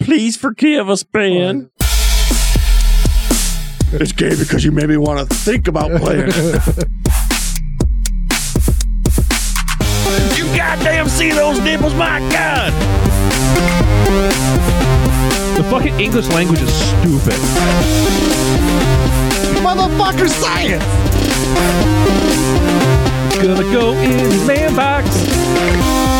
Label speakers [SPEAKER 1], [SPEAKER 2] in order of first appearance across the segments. [SPEAKER 1] Please forgive us, Ben.
[SPEAKER 2] It's gay because you made me want to think about playing.
[SPEAKER 1] You goddamn see those nipples, my God.
[SPEAKER 3] The fucking English language is stupid.
[SPEAKER 2] Motherfucker, science!
[SPEAKER 3] Gonna go in his man box.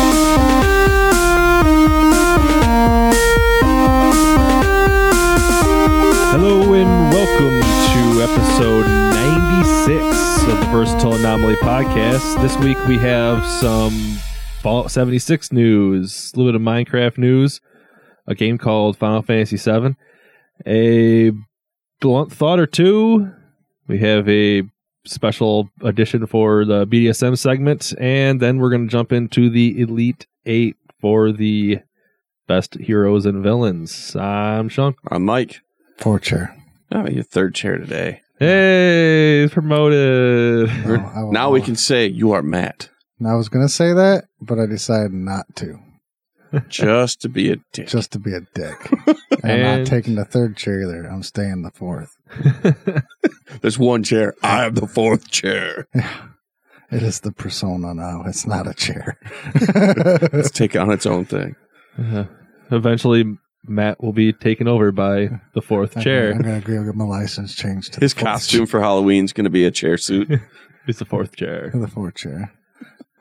[SPEAKER 3] Hello and welcome to episode 96 of the Versatile Anomaly podcast. This week we have some Fallout 76 news, a little bit of Minecraft news, a game called Final Fantasy VII, a blunt thought or two. We have a special edition for the BDSM segment, and then we're going to jump into the Elite Eight for the best heroes and villains. I'm Sean.
[SPEAKER 1] I'm Uh, Mike.
[SPEAKER 4] Torture.
[SPEAKER 1] I'm in your third chair today.
[SPEAKER 3] Hey, he's promoted.
[SPEAKER 4] No, I will
[SPEAKER 1] now we
[SPEAKER 4] not.
[SPEAKER 1] can say you are Matt,
[SPEAKER 4] I was gonna say that, but I decided not to,
[SPEAKER 1] just to be a dick.
[SPEAKER 4] just to be a dick. And I'm
[SPEAKER 3] And-
[SPEAKER 4] not taking the third chair either. I'm staying the fourth.
[SPEAKER 1] There's one chair. I am the fourth chair.
[SPEAKER 4] It is the persona now. It's not a chair.
[SPEAKER 1] Let's take on its own thing.
[SPEAKER 3] Uh, Eventually, Matt will be taken over by the fourth
[SPEAKER 4] I'm
[SPEAKER 3] chair.
[SPEAKER 4] gonna go get my license changed to
[SPEAKER 1] His
[SPEAKER 4] the fourth
[SPEAKER 1] costume for Halloween's going to be a chair suit.
[SPEAKER 3] It's the fourth
[SPEAKER 4] chair- to
[SPEAKER 3] chair.
[SPEAKER 4] the fourth chair.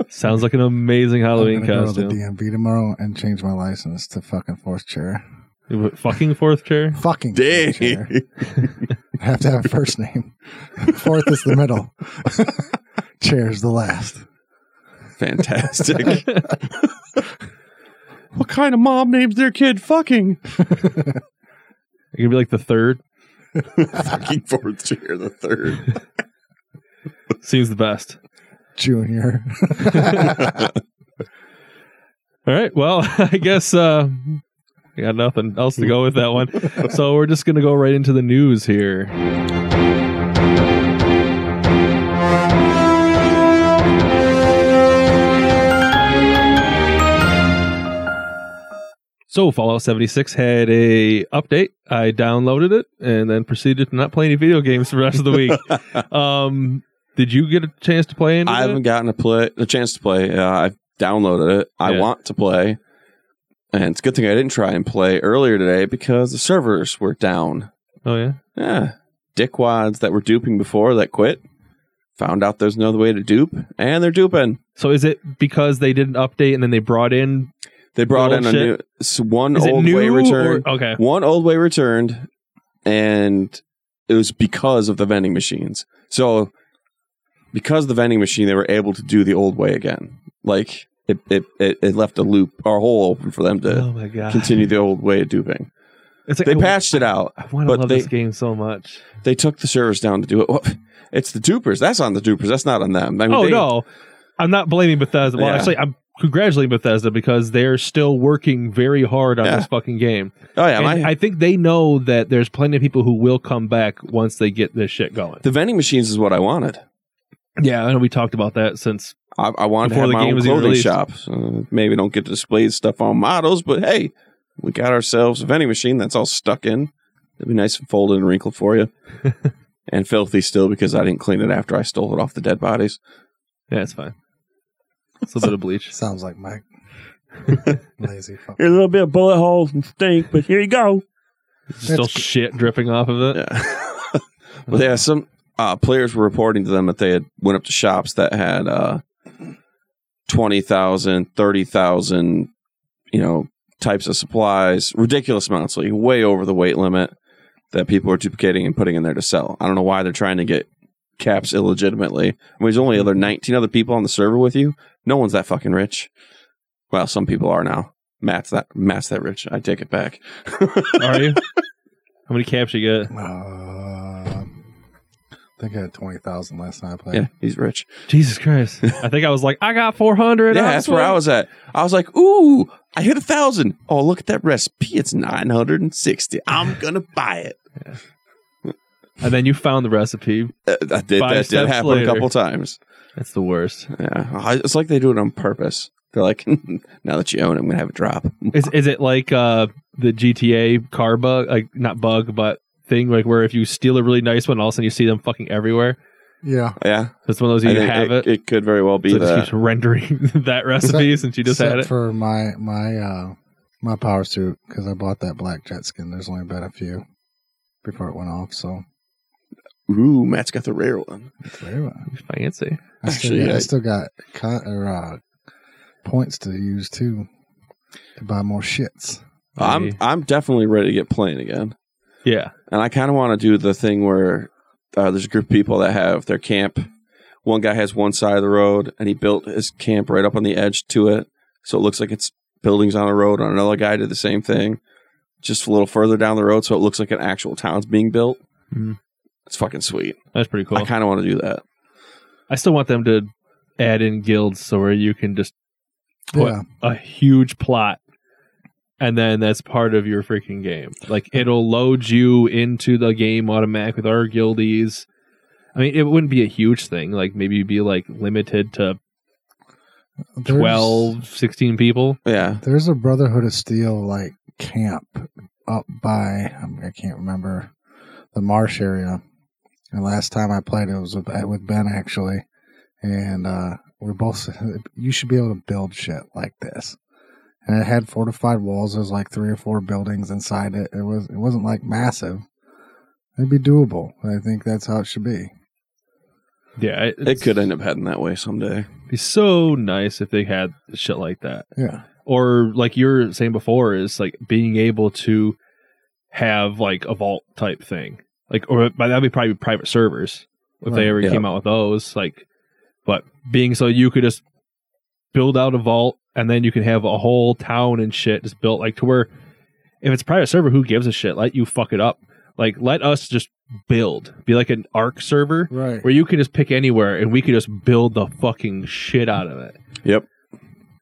[SPEAKER 3] Sounds like an amazing Halloween
[SPEAKER 4] I'm gonna Go to
[SPEAKER 3] costume.
[SPEAKER 4] the DMV tomorrow and change my license to fucking fourth chair.
[SPEAKER 3] Fucking fourth chair.
[SPEAKER 4] Fucking
[SPEAKER 1] Dang.
[SPEAKER 4] fourth chair. I have to have a first name. Fourth is the middle. chair is the last.
[SPEAKER 1] Fantastic. what kind of mom names their kid fucking?
[SPEAKER 3] It could be like the third.
[SPEAKER 1] fucking fourth chair, the third.
[SPEAKER 3] Seems the best.
[SPEAKER 4] Junior.
[SPEAKER 3] All right. Well, I guess uh, I got nothing else to go with that one. So we're just going to go right into the news here. So Fallout 76 had a update. I downloaded it and then proceeded to not play any video games for the rest of the week. um, did you get a chance to play any? of
[SPEAKER 1] I
[SPEAKER 3] it?
[SPEAKER 1] haven't gotten a play a chance to play. Uh, I've downloaded it. I
[SPEAKER 3] Yeah.
[SPEAKER 1] want to play, and it's a good thing I didn't try and play earlier today because the servers were down.
[SPEAKER 3] Oh yeah.
[SPEAKER 1] Yeah, dickwads that were duping before that quit found out there's no other way to dupe, and they're duping.
[SPEAKER 3] So is it because they did an update and then they brought in
[SPEAKER 1] They brought in a new
[SPEAKER 3] Bullshit.
[SPEAKER 1] s- one
[SPEAKER 3] is
[SPEAKER 1] old
[SPEAKER 3] it new
[SPEAKER 1] way return.
[SPEAKER 3] or- okay.
[SPEAKER 1] One old way returned, and it was because of the vending machines. So, because of the vending machine, they were able to do the old way again. Like it, it, it, it left a loop or hole open for them to
[SPEAKER 3] oh my god.
[SPEAKER 1] continue the old way of duping.
[SPEAKER 3] It's like,
[SPEAKER 1] They
[SPEAKER 3] I-
[SPEAKER 1] patched it out.
[SPEAKER 3] I want to
[SPEAKER 1] but
[SPEAKER 3] love
[SPEAKER 1] they-
[SPEAKER 3] this game so much.
[SPEAKER 1] They took the servers down to do it. Well, it's the dupers. That's on the dupers. That's not on them. I mean,
[SPEAKER 3] oh
[SPEAKER 1] they-
[SPEAKER 3] no. I'm not blaming Bethesda. Well,
[SPEAKER 1] Yeah.
[SPEAKER 3] actually I'm congratulating Bethesda because they're still working very hard on
[SPEAKER 1] Yeah.
[SPEAKER 3] this fucking game.
[SPEAKER 1] Oh yeah.
[SPEAKER 3] And
[SPEAKER 1] my-
[SPEAKER 3] I, think they know that there's plenty of people who will come back once they get this shit going.
[SPEAKER 1] the vending machines is what I wanted.
[SPEAKER 3] yeah, I know we talked about that since
[SPEAKER 1] I, I wanted
[SPEAKER 3] Before
[SPEAKER 1] to
[SPEAKER 3] the
[SPEAKER 1] have my
[SPEAKER 3] game
[SPEAKER 1] own
[SPEAKER 3] was even
[SPEAKER 1] clothing
[SPEAKER 3] released.
[SPEAKER 1] shop. So maybe don't get to display stuff on models, but hey, we got ourselves a vending machine that's all stuck in. It'll be nice and folded and wrinkled for you. and filthy still because I didn't clean it after I stole it off the dead bodies.
[SPEAKER 3] Yeah, it's fine. It's a little bit of bleach.
[SPEAKER 4] Sounds like Mike. Lazy fuck.
[SPEAKER 2] a little bit of bullet holes and stink, but here you go.
[SPEAKER 3] It's still
[SPEAKER 4] That's-
[SPEAKER 3] shit dripping off of it.
[SPEAKER 1] Yeah. but yeah, some uh, players were reporting to them that they had went up to shops that had uh, 20,000, 30,000, you know, types of supplies, ridiculous amounts, like way over the weight limit that people are duplicating and putting in there to sell. I don't know why they're trying to get caps illegitimately. I mean, there's only other 19 other people on the server with you. No one's that fucking rich. Well, some people are now. Matt's that Matt's that rich. I take it back.
[SPEAKER 3] Are you? How many caps you get?
[SPEAKER 4] Uh, I think Um, I had 20,000 last night I played.
[SPEAKER 1] Yeah, he's rich.
[SPEAKER 3] Jesus Christ. I think I was like, I got 400.
[SPEAKER 1] Yeah,
[SPEAKER 3] I'm
[SPEAKER 1] that's where I
[SPEAKER 3] sweet.
[SPEAKER 1] was at. I was like, ooh, I hit a thousand. Oh, look at that recipe. It's 960. I'm going to buy it.
[SPEAKER 3] And then you found the recipe.
[SPEAKER 1] Uh, that did,
[SPEAKER 3] Five
[SPEAKER 1] that did
[SPEAKER 3] steps
[SPEAKER 1] happen
[SPEAKER 3] later.
[SPEAKER 1] a couple times.
[SPEAKER 3] That's the worst.
[SPEAKER 1] Yeah. I- It's like they do it on purpose. They're like, now that you own it, I'm going to have it drop.
[SPEAKER 3] Is is it like uh the GTA car bug, like not bug, but thing, like where if you steal a really nice one, all of a sudden you see them fucking everywhere.
[SPEAKER 4] Yeah.
[SPEAKER 1] Yeah.
[SPEAKER 3] It's one of those
[SPEAKER 1] I
[SPEAKER 3] you
[SPEAKER 1] think
[SPEAKER 3] have
[SPEAKER 1] it,
[SPEAKER 3] it,
[SPEAKER 1] it could very well be
[SPEAKER 3] so it just
[SPEAKER 1] that.
[SPEAKER 3] keeps rendering that recipe since you just had
[SPEAKER 4] Except
[SPEAKER 3] it.
[SPEAKER 4] for my my uh my power suit because I bought that black jet skin. There's only been a few before it went off. So
[SPEAKER 1] Ooh, Matt's got the rare one.
[SPEAKER 4] very well.
[SPEAKER 3] Fancy.
[SPEAKER 4] I
[SPEAKER 1] Actually,
[SPEAKER 4] still got, I,
[SPEAKER 1] I-
[SPEAKER 4] still got cut or uh, points to use too to buy more shits.
[SPEAKER 1] I'm
[SPEAKER 3] Hey.
[SPEAKER 1] I'm definitely ready to get playing again,
[SPEAKER 3] Yeah.
[SPEAKER 1] and I kind of want to do the thing where uh, there's a group of people that have their camp. One guy has one side of the road, and he built his camp right up on the edge to it, so it looks like it's buildings on a road. And another guy did the same thing, just a little further down the road, so it looks like an actual town's being built.
[SPEAKER 3] Mhm.
[SPEAKER 1] It's fucking sweet.
[SPEAKER 3] That's pretty cool.
[SPEAKER 1] I kind of want to do that.
[SPEAKER 3] I still want them to add in guilds so where you can just put
[SPEAKER 4] Yeah.
[SPEAKER 3] a huge plot and then that's part of your freaking game. Like it'll load you into the game automatic with our guildies. I mean, it wouldn't be a huge thing. Like maybe you'd be like limited to
[SPEAKER 4] There's-
[SPEAKER 3] 12, 16 people.
[SPEAKER 1] Yeah,
[SPEAKER 4] There's a Brotherhood of Steel like camp up by I, mean, I can't remember the marsh area. And last time I played, it was with, with Ben actually, and uh, we're both. You should be able to build shit like this. And it had fortified walls. There's like three or four buildings inside it. It was it wasn't like massive. It'd be doable. I think that's how it should be.
[SPEAKER 3] Yeah,
[SPEAKER 1] it could end up heading that way someday.
[SPEAKER 3] be so nice if they had shit like that.
[SPEAKER 4] Yeah.
[SPEAKER 3] Or like you were saying before, is like being able to have like a vault type thing. Like, or but that'd be probably private servers if
[SPEAKER 4] Right.
[SPEAKER 3] they ever
[SPEAKER 1] Yeah.
[SPEAKER 3] came out with those. Like, but being so you could just build out a vault and then you can have a whole town and shit just built like to where if it's private server, who gives a shit? Let you fuck it up. Like, let us just build. Be like an arc server
[SPEAKER 4] Right.
[SPEAKER 3] where you can just pick anywhere and we could just build the fucking shit out of it.
[SPEAKER 1] Yep.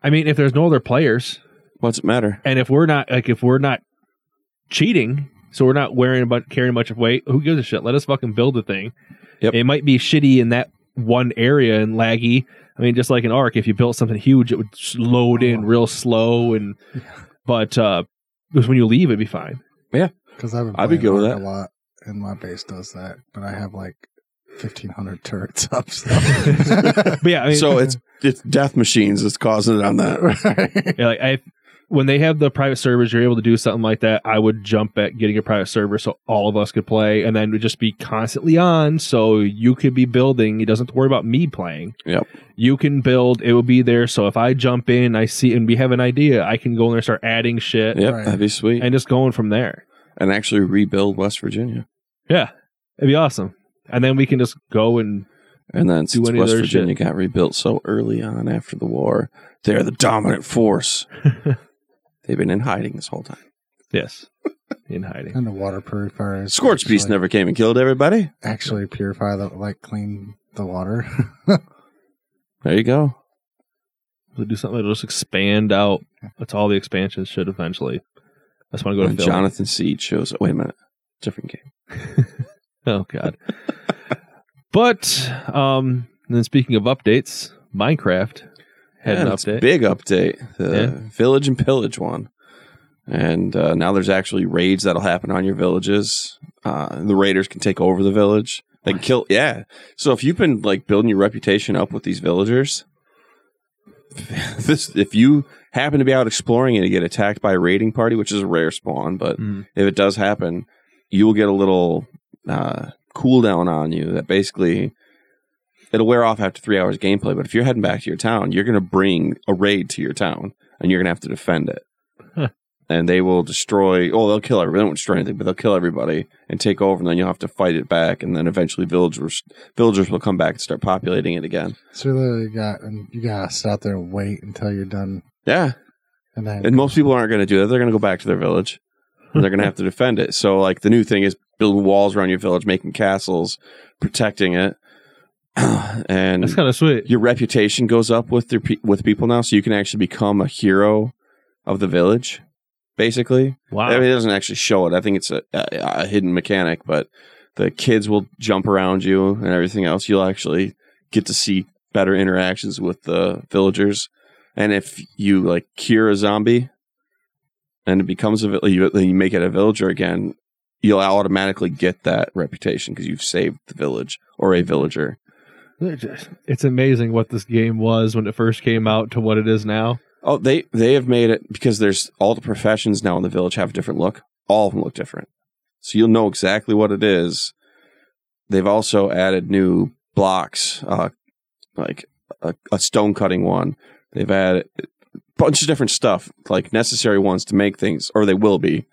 [SPEAKER 3] I mean, if there's no other players
[SPEAKER 1] What's it matter?
[SPEAKER 3] and if we're not like if we're not cheating, so we're not wearing about carrying a bunch of weight, who gives a shit? Let us fucking build the thing.
[SPEAKER 1] Yep.
[SPEAKER 3] It might be shitty in that one area and laggy. I mean, just like an arc, if you built something huge, it would s- load
[SPEAKER 1] Oh.
[SPEAKER 3] in real slow and but uh because when you leave it'd be fine.
[SPEAKER 4] Because I've been
[SPEAKER 1] I'd be good
[SPEAKER 4] playing
[SPEAKER 1] with
[SPEAKER 4] Ark
[SPEAKER 1] that.
[SPEAKER 4] a lot, and my base does that. But I have like fifteen hundred turrets up. So.
[SPEAKER 3] But yeah, I mean
[SPEAKER 1] so it's it's death machines that's causing it on that.
[SPEAKER 4] Right.
[SPEAKER 3] Yeah, like I, when they have the private servers, you're able to do something like that. I would jump at getting a private server so all of us could play, and then would just be constantly on. So you could be building. It doesn't have to worry about me playing.
[SPEAKER 1] Yep.
[SPEAKER 3] You can build. It will be there. So if I jump in, I see, and we have an idea, I can go in there and start adding shit,
[SPEAKER 1] Yep,
[SPEAKER 4] Right.
[SPEAKER 1] that'd be sweet.
[SPEAKER 3] and just going from there.
[SPEAKER 1] and actually rebuild West Virginia.
[SPEAKER 3] Yeah, it'd be awesome. And then we can just go and
[SPEAKER 1] And then since
[SPEAKER 3] any of
[SPEAKER 1] West
[SPEAKER 3] their
[SPEAKER 1] Virginia got rebuilt so early on after the war, they're the dominant force. They've been in hiding this whole time.
[SPEAKER 3] yes, in hiding.
[SPEAKER 4] and the water purifiers.
[SPEAKER 1] Scorch Beast
[SPEAKER 4] actually-
[SPEAKER 1] never came and killed everybody.
[SPEAKER 4] actually purify the like clean the water.
[SPEAKER 1] There you go.
[SPEAKER 3] We'll do something that'll just expand out. That's all the expansions should eventually. I just want to go to
[SPEAKER 1] When
[SPEAKER 3] Philly.
[SPEAKER 1] Jonathan Seed shows up. Wait a minute. Different game.
[SPEAKER 3] Oh god. but um and then speaking of updates, Minecraft had
[SPEAKER 1] Yeah,
[SPEAKER 3] an
[SPEAKER 1] it's
[SPEAKER 3] update.
[SPEAKER 1] Big update. The
[SPEAKER 3] Yeah.
[SPEAKER 1] Village and Pillage one. And uh, now there's actually raids that'll happen on your villages. Uh, the raiders can take over the village. They can kill. Yeah. So if you've been like building your reputation up with these villagers, this if you happen to be out exploring and you get attacked by a raiding party, which is a rare spawn, but
[SPEAKER 3] Mm.
[SPEAKER 1] if it does happen, you will get a little uh, cooldown on you that basically it'll wear off after three hours gameplay. But if you're heading back to your town, you're going to bring a raid to your town and you're going to have to defend it.
[SPEAKER 3] Huh.
[SPEAKER 1] And they will destroy, oh, they'll kill everybody. They won't destroy anything, but they'll kill everybody and take over. And then you'll have to fight it back. And then eventually villagers, villagers will come back and start populating it again.
[SPEAKER 4] so there you got and you gotta sit out there and wait until you're done,
[SPEAKER 1] Yeah.
[SPEAKER 4] and then
[SPEAKER 1] And most people aren't going to do that. They're going to go back to their village. And they're going to have to defend it. So, like, the new thing is building walls around your village, making castles, protecting it. and
[SPEAKER 3] That's kind of sweet.
[SPEAKER 1] your reputation goes up with their, pe- with people now. So you can actually become a hero of the village, basically.
[SPEAKER 3] Wow.
[SPEAKER 1] I mean, it doesn't actually show it. I think it's a, a, a hidden mechanic, but the kids will jump around you and everything else. You'll actually get to see better interactions with the villagers. And if you like cure a zombie and it becomes a vil- you, then you make it a villager again, you'll automatically get that reputation because you've saved the village or a villager.
[SPEAKER 3] They're just- It's amazing what this game was when it first came out to what it is now.
[SPEAKER 1] Oh, they they have made it because there's all the professions now in the village have a different look. All of them look different, so you'll know exactly what it is. They've also added new blocks, uh, like a, a stone cutting one. They've added a bunch of different stuff, like necessary ones to make things, or they will be.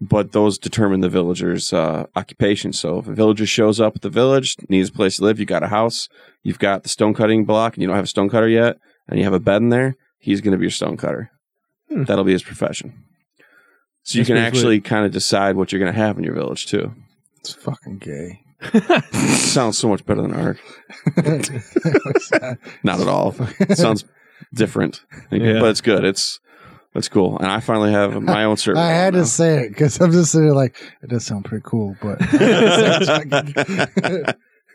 [SPEAKER 1] But those determine the villager's uh, occupation. So if a villager shows up at the village, needs a place to live, you got a house, you've got the stone cutting block, and you don't have a stone cutter yet, and you have a bed in there he's going to be your stone cutter.
[SPEAKER 3] Hmm.
[SPEAKER 1] That'll be his profession. So you
[SPEAKER 3] That's
[SPEAKER 1] can
[SPEAKER 3] pretty
[SPEAKER 1] actually kind of decide what you're going to have in your village too.
[SPEAKER 4] It's fucking gay.
[SPEAKER 1] Sounds so much better than Ark.
[SPEAKER 4] It's-
[SPEAKER 1] Not at all. It sounds different,
[SPEAKER 3] Yeah.
[SPEAKER 1] but it's good. It's it's cool. And I finally have my own server.
[SPEAKER 4] I had
[SPEAKER 1] now.
[SPEAKER 4] to say it because I'm just sitting there like, it does sound pretty cool, but it's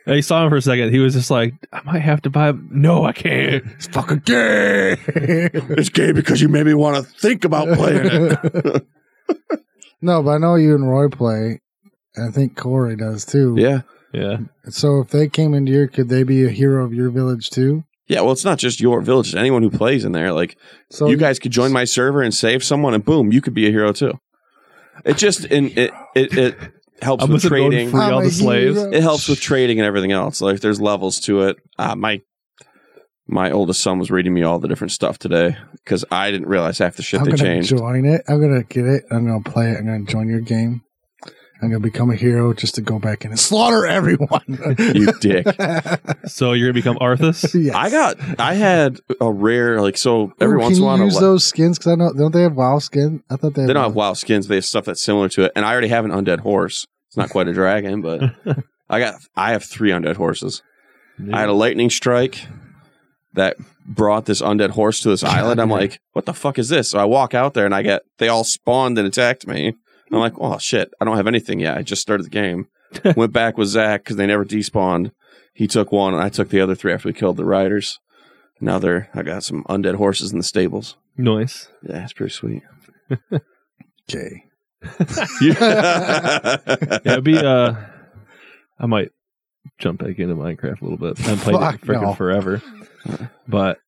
[SPEAKER 3] I saw him for a second. He was just like, I might have to buy. No, I can't.
[SPEAKER 4] fucking gay.
[SPEAKER 2] It's gay because you made me want to think about playing it.
[SPEAKER 4] no, but I know you and Roy play. and I think Corey does too.
[SPEAKER 1] Yeah.
[SPEAKER 3] Yeah.
[SPEAKER 4] So if they came into your, could they be a hero of your village too?
[SPEAKER 1] Yeah, well, it's not just your village. It's anyone who plays in there. Like,
[SPEAKER 4] So
[SPEAKER 1] you guys could join my server and save someone, and boom, you could be a hero too. It just and it it, it helps
[SPEAKER 3] I'm
[SPEAKER 1] with
[SPEAKER 3] listening to
[SPEAKER 1] trading.
[SPEAKER 3] Free all
[SPEAKER 4] I'm
[SPEAKER 3] the
[SPEAKER 4] a
[SPEAKER 3] slaves.
[SPEAKER 4] hero.
[SPEAKER 1] it helps with trading and everything else. Like there's levels to it. Uh, my my oldest son was reading me all the different stuff today because I didn't realize half the shit
[SPEAKER 4] I'm
[SPEAKER 1] they
[SPEAKER 4] gonna
[SPEAKER 1] changed.
[SPEAKER 4] join it. I'm gonna get it. I'm gonna play it. I'm gonna join your game. I'm gonna become a hero just to go back in and slaughter everyone.
[SPEAKER 1] you dick.
[SPEAKER 3] So you're going to become Arthas?
[SPEAKER 4] Yes.
[SPEAKER 1] I got. I had a rare like so. Every
[SPEAKER 4] Ooh,
[SPEAKER 1] once in
[SPEAKER 4] can
[SPEAKER 1] a while,
[SPEAKER 4] you
[SPEAKER 1] I'm
[SPEAKER 4] use
[SPEAKER 1] like-
[SPEAKER 4] those skins because I know don't they have WoW skin? I thought they,
[SPEAKER 1] they don't have WoW skins. They have stuff that's similar to it. And I already have an undead horse. It's not quite a dragon, but I got. I have three undead horses. I had a lightning strike that brought this undead horse to this island. I'm like, what the fuck is this? So I walk out there and I get they all spawned and attacked me. I'm like, oh shit, I don't have anything yet. I just started the game. Went back with Zach because they never despawned. He took one and I took the other three after we killed the riders. Now they're I got some undead horses in the stables.
[SPEAKER 3] Nice.
[SPEAKER 1] Yeah, it's pretty sweet.
[SPEAKER 4] Okay.
[SPEAKER 3] Yeah, it'd be, uh, I might jump back into Minecraft a little bit. I haven't played
[SPEAKER 4] Fuck
[SPEAKER 3] it freaking
[SPEAKER 4] no.
[SPEAKER 3] forever. But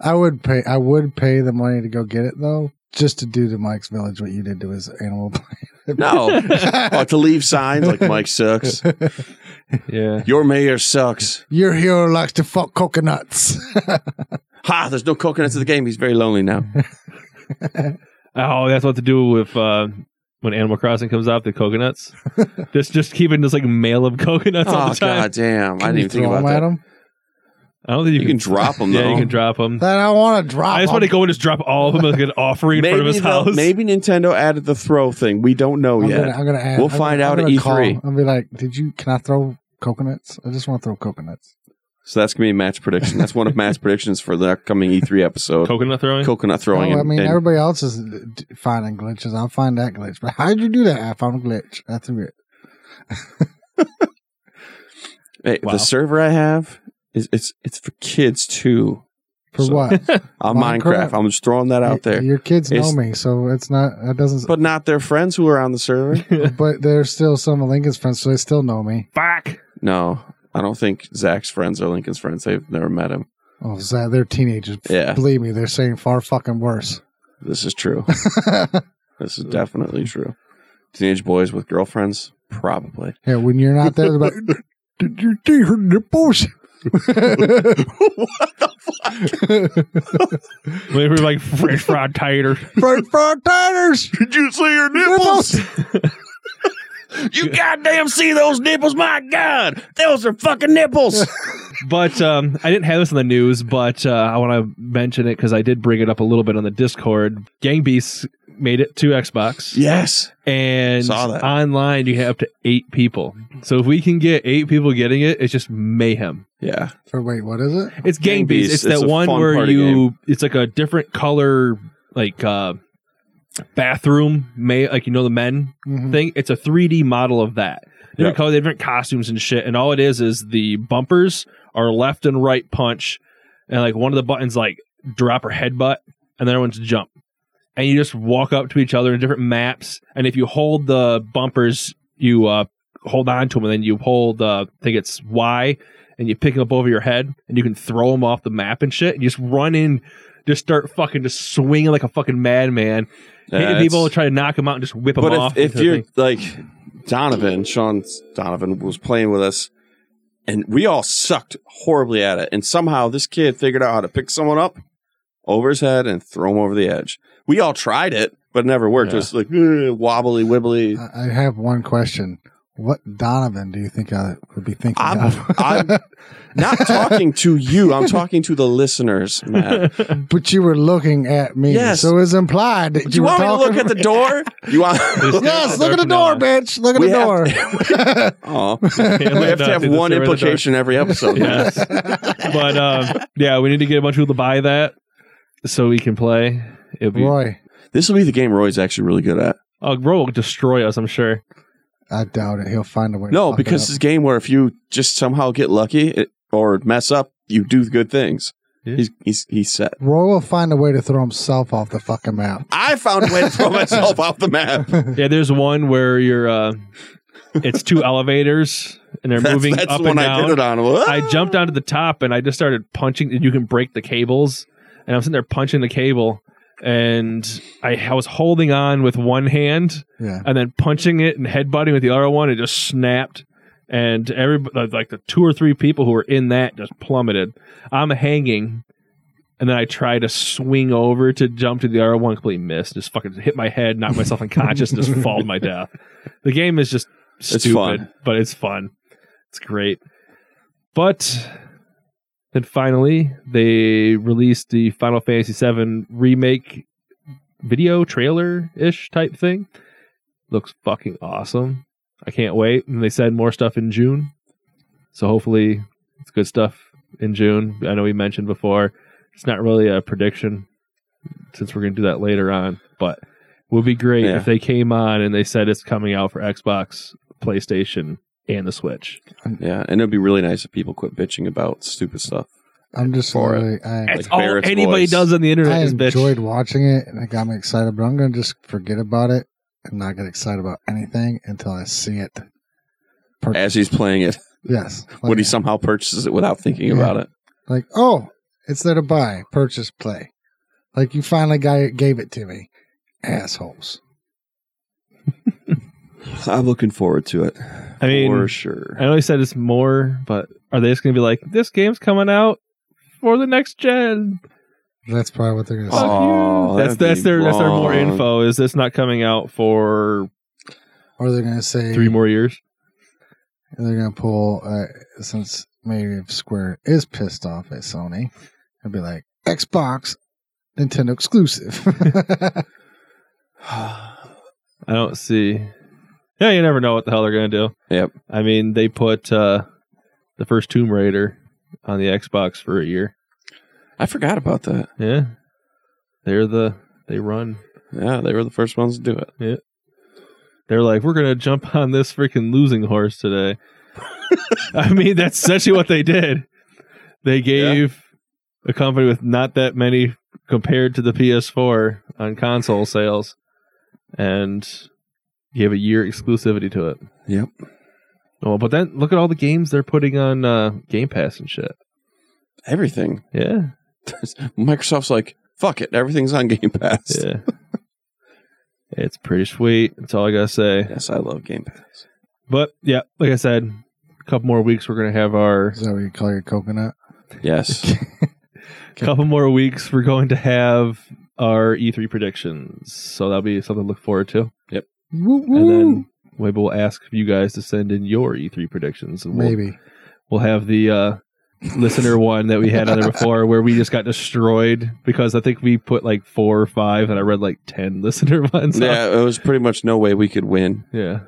[SPEAKER 4] I would pay. I would pay the money to go get it though, just to do to Mike's village what you did to his animal. planet.
[SPEAKER 1] no. Oh, to leave signs like Mike sucks.
[SPEAKER 3] yeah.
[SPEAKER 1] Your mayor sucks.
[SPEAKER 4] Your hero likes to fuck coconuts.
[SPEAKER 1] Ha, there's no coconuts in the game. He's very lonely now.
[SPEAKER 3] Oh, that's what to do with uh, when Animal Crossing comes out, the coconuts. just just keeping this like mail of coconuts all
[SPEAKER 1] oh
[SPEAKER 3] the time.
[SPEAKER 1] god damn! I
[SPEAKER 4] Can
[SPEAKER 1] didn't
[SPEAKER 4] you
[SPEAKER 1] even think
[SPEAKER 4] throw
[SPEAKER 1] about
[SPEAKER 4] 'em
[SPEAKER 1] that.
[SPEAKER 4] at him?
[SPEAKER 3] I don't think
[SPEAKER 1] You,
[SPEAKER 3] you,
[SPEAKER 1] can, drop them though.
[SPEAKER 3] Yeah, you can drop them.
[SPEAKER 4] Then I want to drop.
[SPEAKER 3] I just want to
[SPEAKER 4] 'em.
[SPEAKER 3] go and just drop all of them like an offering in front of his
[SPEAKER 1] they'll-
[SPEAKER 3] house.
[SPEAKER 1] maybe Nintendo added the throw thing. We don't know
[SPEAKER 4] I'm
[SPEAKER 1] yet.
[SPEAKER 4] gonna, I'm gonna add.
[SPEAKER 1] Oh, We'll
[SPEAKER 4] I'm
[SPEAKER 1] find
[SPEAKER 4] gonna-
[SPEAKER 1] out
[SPEAKER 4] I'm
[SPEAKER 1] at E
[SPEAKER 4] gonna
[SPEAKER 1] E3.
[SPEAKER 4] call and be like, "Did you? Can I throw coconuts? I just want to throw coconuts."
[SPEAKER 1] So that's gonna be a match prediction. That's one of Matt's predictions for the upcoming E3 episode.
[SPEAKER 3] Coconut throwing?
[SPEAKER 1] Coconut throwing.
[SPEAKER 4] No, I
[SPEAKER 1] and-
[SPEAKER 4] mean,
[SPEAKER 1] and
[SPEAKER 4] everybody else is d- d- finding glitches. I'll find that glitch. But how'd you do that? I found a glitch. That's it.
[SPEAKER 1] hey,
[SPEAKER 3] Wow.
[SPEAKER 1] the server I have is it's it's for kids too.
[SPEAKER 4] For
[SPEAKER 1] So-
[SPEAKER 4] what?
[SPEAKER 1] On
[SPEAKER 4] Minecraft.
[SPEAKER 1] Minecraft. I'm just throwing that out there.
[SPEAKER 4] Your kids know
[SPEAKER 1] It's-
[SPEAKER 4] me, so it's not. That doesn't.
[SPEAKER 1] But not their friends who are on the server.
[SPEAKER 4] But there's still some of Lincoln's friends, so they still know me.
[SPEAKER 3] Fuck.
[SPEAKER 1] No. I don't think Zach's friends or Lincoln's friends. They've never met him.
[SPEAKER 4] Oh, Zach, they're teenagers.
[SPEAKER 1] Yeah.
[SPEAKER 4] Believe me, they're saying far fucking worse.
[SPEAKER 1] This is true. This is definitely true. Teenage boys with girlfriends? Probably.
[SPEAKER 4] yeah, when you're not there, they're like, did you see her nipples?
[SPEAKER 3] Maybe like French fried tater.
[SPEAKER 4] French fry taters!
[SPEAKER 1] Did you see her nipples? you goddamn see those nipples? My God, those are fucking nipples.
[SPEAKER 3] But um, I didn't have this in the news, but uh, I want to mention it because I did bring it up a little bit on the Discord. Gang Beasts made it to Xbox.
[SPEAKER 1] yes.
[SPEAKER 3] And
[SPEAKER 1] Saw that.
[SPEAKER 3] online, you have up to eight people. So if we can get eight people getting it, it's just mayhem.
[SPEAKER 1] Yeah.
[SPEAKER 4] Or wait, what is it?
[SPEAKER 3] It's
[SPEAKER 1] Gang
[SPEAKER 3] Gang Beasts.
[SPEAKER 1] Beasts.
[SPEAKER 3] It's,
[SPEAKER 1] It's
[SPEAKER 3] that
[SPEAKER 1] a
[SPEAKER 3] one
[SPEAKER 1] fun
[SPEAKER 3] where
[SPEAKER 1] party
[SPEAKER 3] you, it's like a different color, like uh, bathroom, may like you know the men
[SPEAKER 4] Mhm.
[SPEAKER 3] Mm-hmm. thing. It's a 3D model of that. Different
[SPEAKER 1] Yep.
[SPEAKER 3] color, different costumes and shit. And all it is is the bumpers are left and right punch, and like one of the buttons like drop or headbutt, and the other one's jump. And you just walk up to each other in different maps. And if you hold the bumpers, you uh, hold on to them, and then you hold, uh, I think it's Y, and you pick them up over your head, and you can throw them off the map and shit. And you just run in, just start fucking just swinging like a fucking madman, hitting
[SPEAKER 1] That's-
[SPEAKER 3] people, try to knock them out, and just whip them
[SPEAKER 1] but
[SPEAKER 3] off.
[SPEAKER 1] if, if
[SPEAKER 3] into the
[SPEAKER 1] you're
[SPEAKER 3] thing.
[SPEAKER 1] like Donovan, Sean Donovan was playing with us, and we all sucked horribly at it, and somehow this kid figured out how to pick someone up over his head and throw him over the edge. We all tried it, but it never worked. It was like eh, wobbly wibbly.
[SPEAKER 4] I I have one question. What Donovan do you think I would be thinking
[SPEAKER 1] I'm-
[SPEAKER 4] of?
[SPEAKER 1] I'm- Not talking to you. I'm talking to the listeners, Matt.
[SPEAKER 4] but you were looking at me,
[SPEAKER 1] Yes.
[SPEAKER 4] so it's implied that
[SPEAKER 1] Do
[SPEAKER 4] you,
[SPEAKER 1] you,
[SPEAKER 4] were
[SPEAKER 1] want me to
[SPEAKER 4] talking
[SPEAKER 1] look at the door? You want?
[SPEAKER 3] Just-
[SPEAKER 4] Yes, look at the
[SPEAKER 3] From now
[SPEAKER 4] door,
[SPEAKER 3] on.
[SPEAKER 4] bitch. Look at
[SPEAKER 1] We
[SPEAKER 4] the
[SPEAKER 1] have
[SPEAKER 4] door.
[SPEAKER 1] Oh,
[SPEAKER 3] Yeah,
[SPEAKER 1] we have to
[SPEAKER 3] no,
[SPEAKER 1] have
[SPEAKER 3] do uh, the
[SPEAKER 1] one
[SPEAKER 3] throw in the dark.
[SPEAKER 1] implication every episode.
[SPEAKER 3] Yes. but um, yeah, we need to get a bunch of people to buy that so we can play. It'll be
[SPEAKER 4] Roy,
[SPEAKER 1] This will be the game Roy's actually really good at.
[SPEAKER 3] oh, Bro will destroy us, I'm sure.
[SPEAKER 4] I doubt it. He'll find a way. to
[SPEAKER 1] No,
[SPEAKER 4] fuck it
[SPEAKER 1] because
[SPEAKER 4] up.
[SPEAKER 1] it's a game where if you just somehow get lucky it, or mess up, you do good things.
[SPEAKER 3] Yeah.
[SPEAKER 1] He's he's he's set.
[SPEAKER 4] Roy will find a way to throw himself off the fucking map.
[SPEAKER 1] I found a way to throw myself off the map.
[SPEAKER 3] Yeah, there's one where you're uh, it's two elevators and they're
[SPEAKER 1] That's,
[SPEAKER 3] moving
[SPEAKER 1] that's
[SPEAKER 3] up
[SPEAKER 1] the one
[SPEAKER 3] and
[SPEAKER 1] I did
[SPEAKER 3] down.
[SPEAKER 1] it on. Whoa.
[SPEAKER 3] I jumped down to the top and I just started punching and you can break the cables and I'm sitting there punching the cable and I, I was holding on with one hand
[SPEAKER 4] Yeah.
[SPEAKER 3] and then punching it and headbutting with the other one, it just snapped. And every like the two or three people who were in that just plummeted. I'm hanging, and then I try to swing over to jump to the other one, completely missed. Just fucking hit my head, knock myself unconscious, and just fall to my death. The game is just stupid,
[SPEAKER 1] fun.
[SPEAKER 3] but it's fun. It's great. But then finally, they released the Final Fantasy VII remake video trailer ish type thing looks fucking awesome. I can't wait. And they said more stuff in June. So hopefully it's good stuff in June. I know we mentioned before, it's not really a prediction since we're going to do that later on, but it would be great
[SPEAKER 1] Yeah.
[SPEAKER 3] if they came on and they said it's coming out for Xbox, PlayStation, and the Switch.
[SPEAKER 1] yeah, and it'd be really nice if people quit bitching about stupid stuff.
[SPEAKER 4] I'm just
[SPEAKER 1] For it.
[SPEAKER 4] literally. I,
[SPEAKER 3] That's
[SPEAKER 1] Like
[SPEAKER 3] all
[SPEAKER 1] Barrett's
[SPEAKER 3] anybody
[SPEAKER 1] voice.
[SPEAKER 3] does on the internet
[SPEAKER 4] I
[SPEAKER 3] is bitch.
[SPEAKER 4] enjoyed watching it and it got me excited, but I'm going to just forget about it and not get excited about anything until I see it. Purchase.
[SPEAKER 1] As he's playing it,
[SPEAKER 4] yes. Like,
[SPEAKER 1] Woody somehow purchases it without thinking
[SPEAKER 4] Yeah.
[SPEAKER 1] about it.
[SPEAKER 4] like, oh, it's there to buy, purchase, play. Like, you finally got, gave it to me. Assholes.
[SPEAKER 1] I'm looking forward to it.
[SPEAKER 3] I mean,
[SPEAKER 1] for sure.
[SPEAKER 3] I know they said it's more, but are they just going to be like, this game's coming out for the next gen?
[SPEAKER 4] That's probably what they're going to
[SPEAKER 1] Oh,
[SPEAKER 4] say.
[SPEAKER 1] Aw,
[SPEAKER 3] that's
[SPEAKER 1] that'd
[SPEAKER 3] that's
[SPEAKER 1] be
[SPEAKER 3] their that's their more
[SPEAKER 1] wrong.
[SPEAKER 3] info. Is this not coming out for
[SPEAKER 4] Or they're going to say,
[SPEAKER 3] three more years?
[SPEAKER 4] they're going to pull, uh, since maybe if Square is pissed off at Sony, it'd be like, Xbox, Nintendo exclusive.
[SPEAKER 3] I don't see. Yeah, you never know what the hell they're gonna do.
[SPEAKER 1] Yep.
[SPEAKER 3] I mean, they put uh, the first Tomb Raider on the Xbox for a year.
[SPEAKER 1] I forgot about that.
[SPEAKER 3] Yeah, they're the they run.
[SPEAKER 1] Yeah, they were the first ones to do it.
[SPEAKER 3] They're like, we're gonna jump on this freaking losing horse today. I mean, that's essentially what they did. They gave a company with not that many compared to the PS4 on console sales, and gave a year exclusivity to it.
[SPEAKER 1] Yep.
[SPEAKER 3] Well, but then look at all the games they're putting on uh, Game Pass and shit.
[SPEAKER 1] Everything.
[SPEAKER 3] Yeah,
[SPEAKER 1] Microsoft's like, fuck it. Everything's on Game Pass.
[SPEAKER 3] yeah. it's pretty sweet. That's all I gotta say.
[SPEAKER 1] Yes, I love Game Pass.
[SPEAKER 3] But yeah, like I said, a couple more weeks we're gonna have our
[SPEAKER 4] Is that what you call your coconut?
[SPEAKER 1] Yes.
[SPEAKER 3] couple more weeks we're going to have our E3 predictions. So that'll be something to look forward to. And then maybe we'll ask you guys to send in your E3 predictions, and we'll,
[SPEAKER 4] Maybe.
[SPEAKER 3] we'll have the uh, listener one that we had on there before, where we just got destroyed because I think we put like four or five, and I read like ten listener ones. out.
[SPEAKER 1] yeah, it was pretty much no way we could win
[SPEAKER 3] yeah.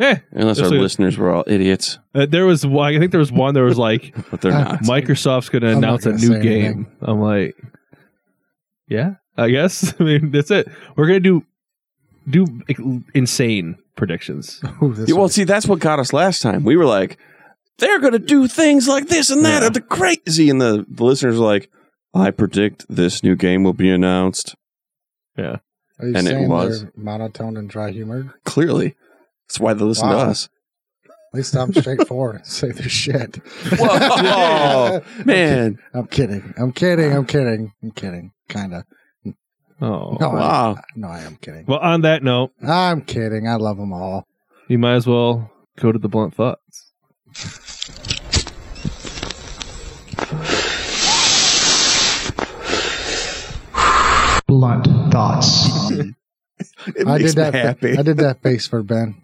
[SPEAKER 3] Eh,
[SPEAKER 1] unless our
[SPEAKER 3] Yes, it-
[SPEAKER 1] listeners were all idiots,
[SPEAKER 3] uh, there was one. I think there was one. There was like
[SPEAKER 1] but they're
[SPEAKER 4] Uh,
[SPEAKER 1] not.
[SPEAKER 3] Microsoft's going to
[SPEAKER 4] I'm not
[SPEAKER 3] announce a
[SPEAKER 4] gonna say
[SPEAKER 3] new game.
[SPEAKER 4] anything.
[SPEAKER 3] I'm like, yeah, I guess. I mean, that's it. We're going to do do like, insane predictions.
[SPEAKER 4] Ooh, this
[SPEAKER 1] Yeah, well,
[SPEAKER 4] one.
[SPEAKER 1] see, that's what got us last time. We were like, they're going to do things like this and that.
[SPEAKER 3] Yeah.
[SPEAKER 1] Are the crazy? And the, the listeners were like, I predict this new game will be announced.
[SPEAKER 4] Are you
[SPEAKER 1] And it
[SPEAKER 4] saying
[SPEAKER 1] was.
[SPEAKER 4] they're monotone and dry humored?
[SPEAKER 1] Clearly, that's why they listen to
[SPEAKER 4] Wow.
[SPEAKER 1] us.
[SPEAKER 4] At least I'm straightforward and say their shit.
[SPEAKER 1] Whoa, man!
[SPEAKER 4] I'm kidding. I'm kidding. I'm kidding. I'm kidding. Kinda.
[SPEAKER 3] Oh.
[SPEAKER 4] No, I,
[SPEAKER 1] Wow.
[SPEAKER 4] no, I am kidding.
[SPEAKER 3] Well, on that note,
[SPEAKER 4] I'm kidding. I love them all.
[SPEAKER 3] you might as well go to the blunt thoughts.
[SPEAKER 5] blunt thoughts.
[SPEAKER 1] It
[SPEAKER 4] I
[SPEAKER 1] makes
[SPEAKER 4] did that.
[SPEAKER 1] me
[SPEAKER 4] fa-
[SPEAKER 1] happy.
[SPEAKER 4] I did that face for Ben.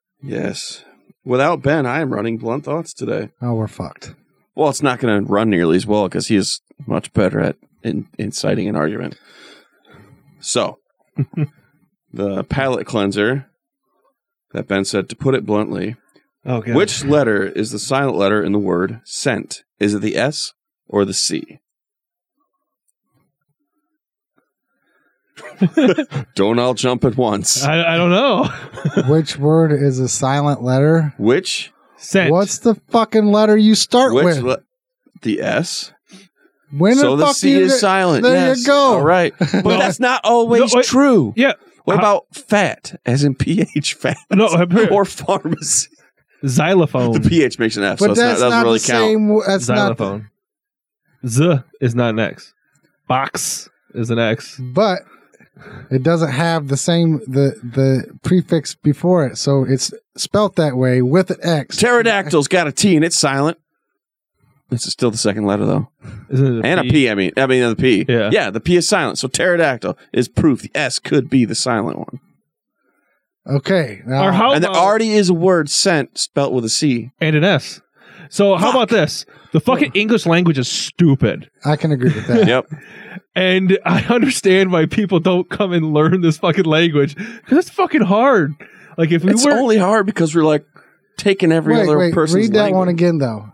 [SPEAKER 1] yes. Without Ben, I am running blunt thoughts today.
[SPEAKER 4] oh, we're fucked.
[SPEAKER 1] Well, it's not going to run nearly as well because he is much better at in, inciting an argument. So, the palate cleanser that Ben said, to put it bluntly,
[SPEAKER 3] Oh, God.
[SPEAKER 1] which letter is the silent letter in the word scent? Is it the S or the C? Don't all jump at
[SPEAKER 4] Uh,
[SPEAKER 1] once.
[SPEAKER 3] I, I don't know.
[SPEAKER 4] Which word is a silent letter?
[SPEAKER 1] Which
[SPEAKER 3] Scent.
[SPEAKER 4] What's the fucking letter you start
[SPEAKER 1] which
[SPEAKER 4] with?
[SPEAKER 1] le- the S?
[SPEAKER 4] when
[SPEAKER 1] so the
[SPEAKER 4] fuck
[SPEAKER 1] C
[SPEAKER 4] do you
[SPEAKER 1] is
[SPEAKER 4] get-
[SPEAKER 1] silent.
[SPEAKER 4] There you
[SPEAKER 1] yes.
[SPEAKER 4] go.
[SPEAKER 1] All right, but
[SPEAKER 3] No.
[SPEAKER 1] that's not always
[SPEAKER 3] No, wait.
[SPEAKER 1] true.
[SPEAKER 3] Yeah.
[SPEAKER 1] What
[SPEAKER 3] How-
[SPEAKER 1] about fat, as in pH fat?
[SPEAKER 3] No, I'm here.
[SPEAKER 1] or pharmacy.
[SPEAKER 3] Xylophone.
[SPEAKER 1] The pH makes an F, so
[SPEAKER 4] But
[SPEAKER 1] it's not,
[SPEAKER 4] that's
[SPEAKER 1] doesn't
[SPEAKER 4] not
[SPEAKER 1] really
[SPEAKER 4] the
[SPEAKER 1] count.
[SPEAKER 4] same. w- That's not.
[SPEAKER 3] Xylophone. Z is not an X. Box is an X.
[SPEAKER 4] But it doesn't have the same the the prefix before it, so it's spelt that way with an X.
[SPEAKER 1] Pterodactyl's got a T and it's silent. This is still the second letter though,
[SPEAKER 3] Isn't it
[SPEAKER 1] and a P. I mean, I mean the P.
[SPEAKER 3] Yeah.
[SPEAKER 1] yeah. The P is silent, so pterodactyl is proof. The S could be the silent one,
[SPEAKER 4] Okay. Now,
[SPEAKER 3] Or how
[SPEAKER 1] and there
[SPEAKER 3] about-
[SPEAKER 1] already is a word scent spelt with a C.
[SPEAKER 3] and an S. So how about this? The fucking English language is stupid.
[SPEAKER 4] I can agree with that.
[SPEAKER 1] Yep.
[SPEAKER 3] And I understand why people don't come and learn this fucking language. Because it's fucking hard. Like if we
[SPEAKER 1] it's
[SPEAKER 3] were
[SPEAKER 1] only hard because we're like taking every
[SPEAKER 4] wait,
[SPEAKER 1] other
[SPEAKER 4] wait.
[SPEAKER 1] person's
[SPEAKER 4] Read that one
[SPEAKER 1] language.
[SPEAKER 4] again, though.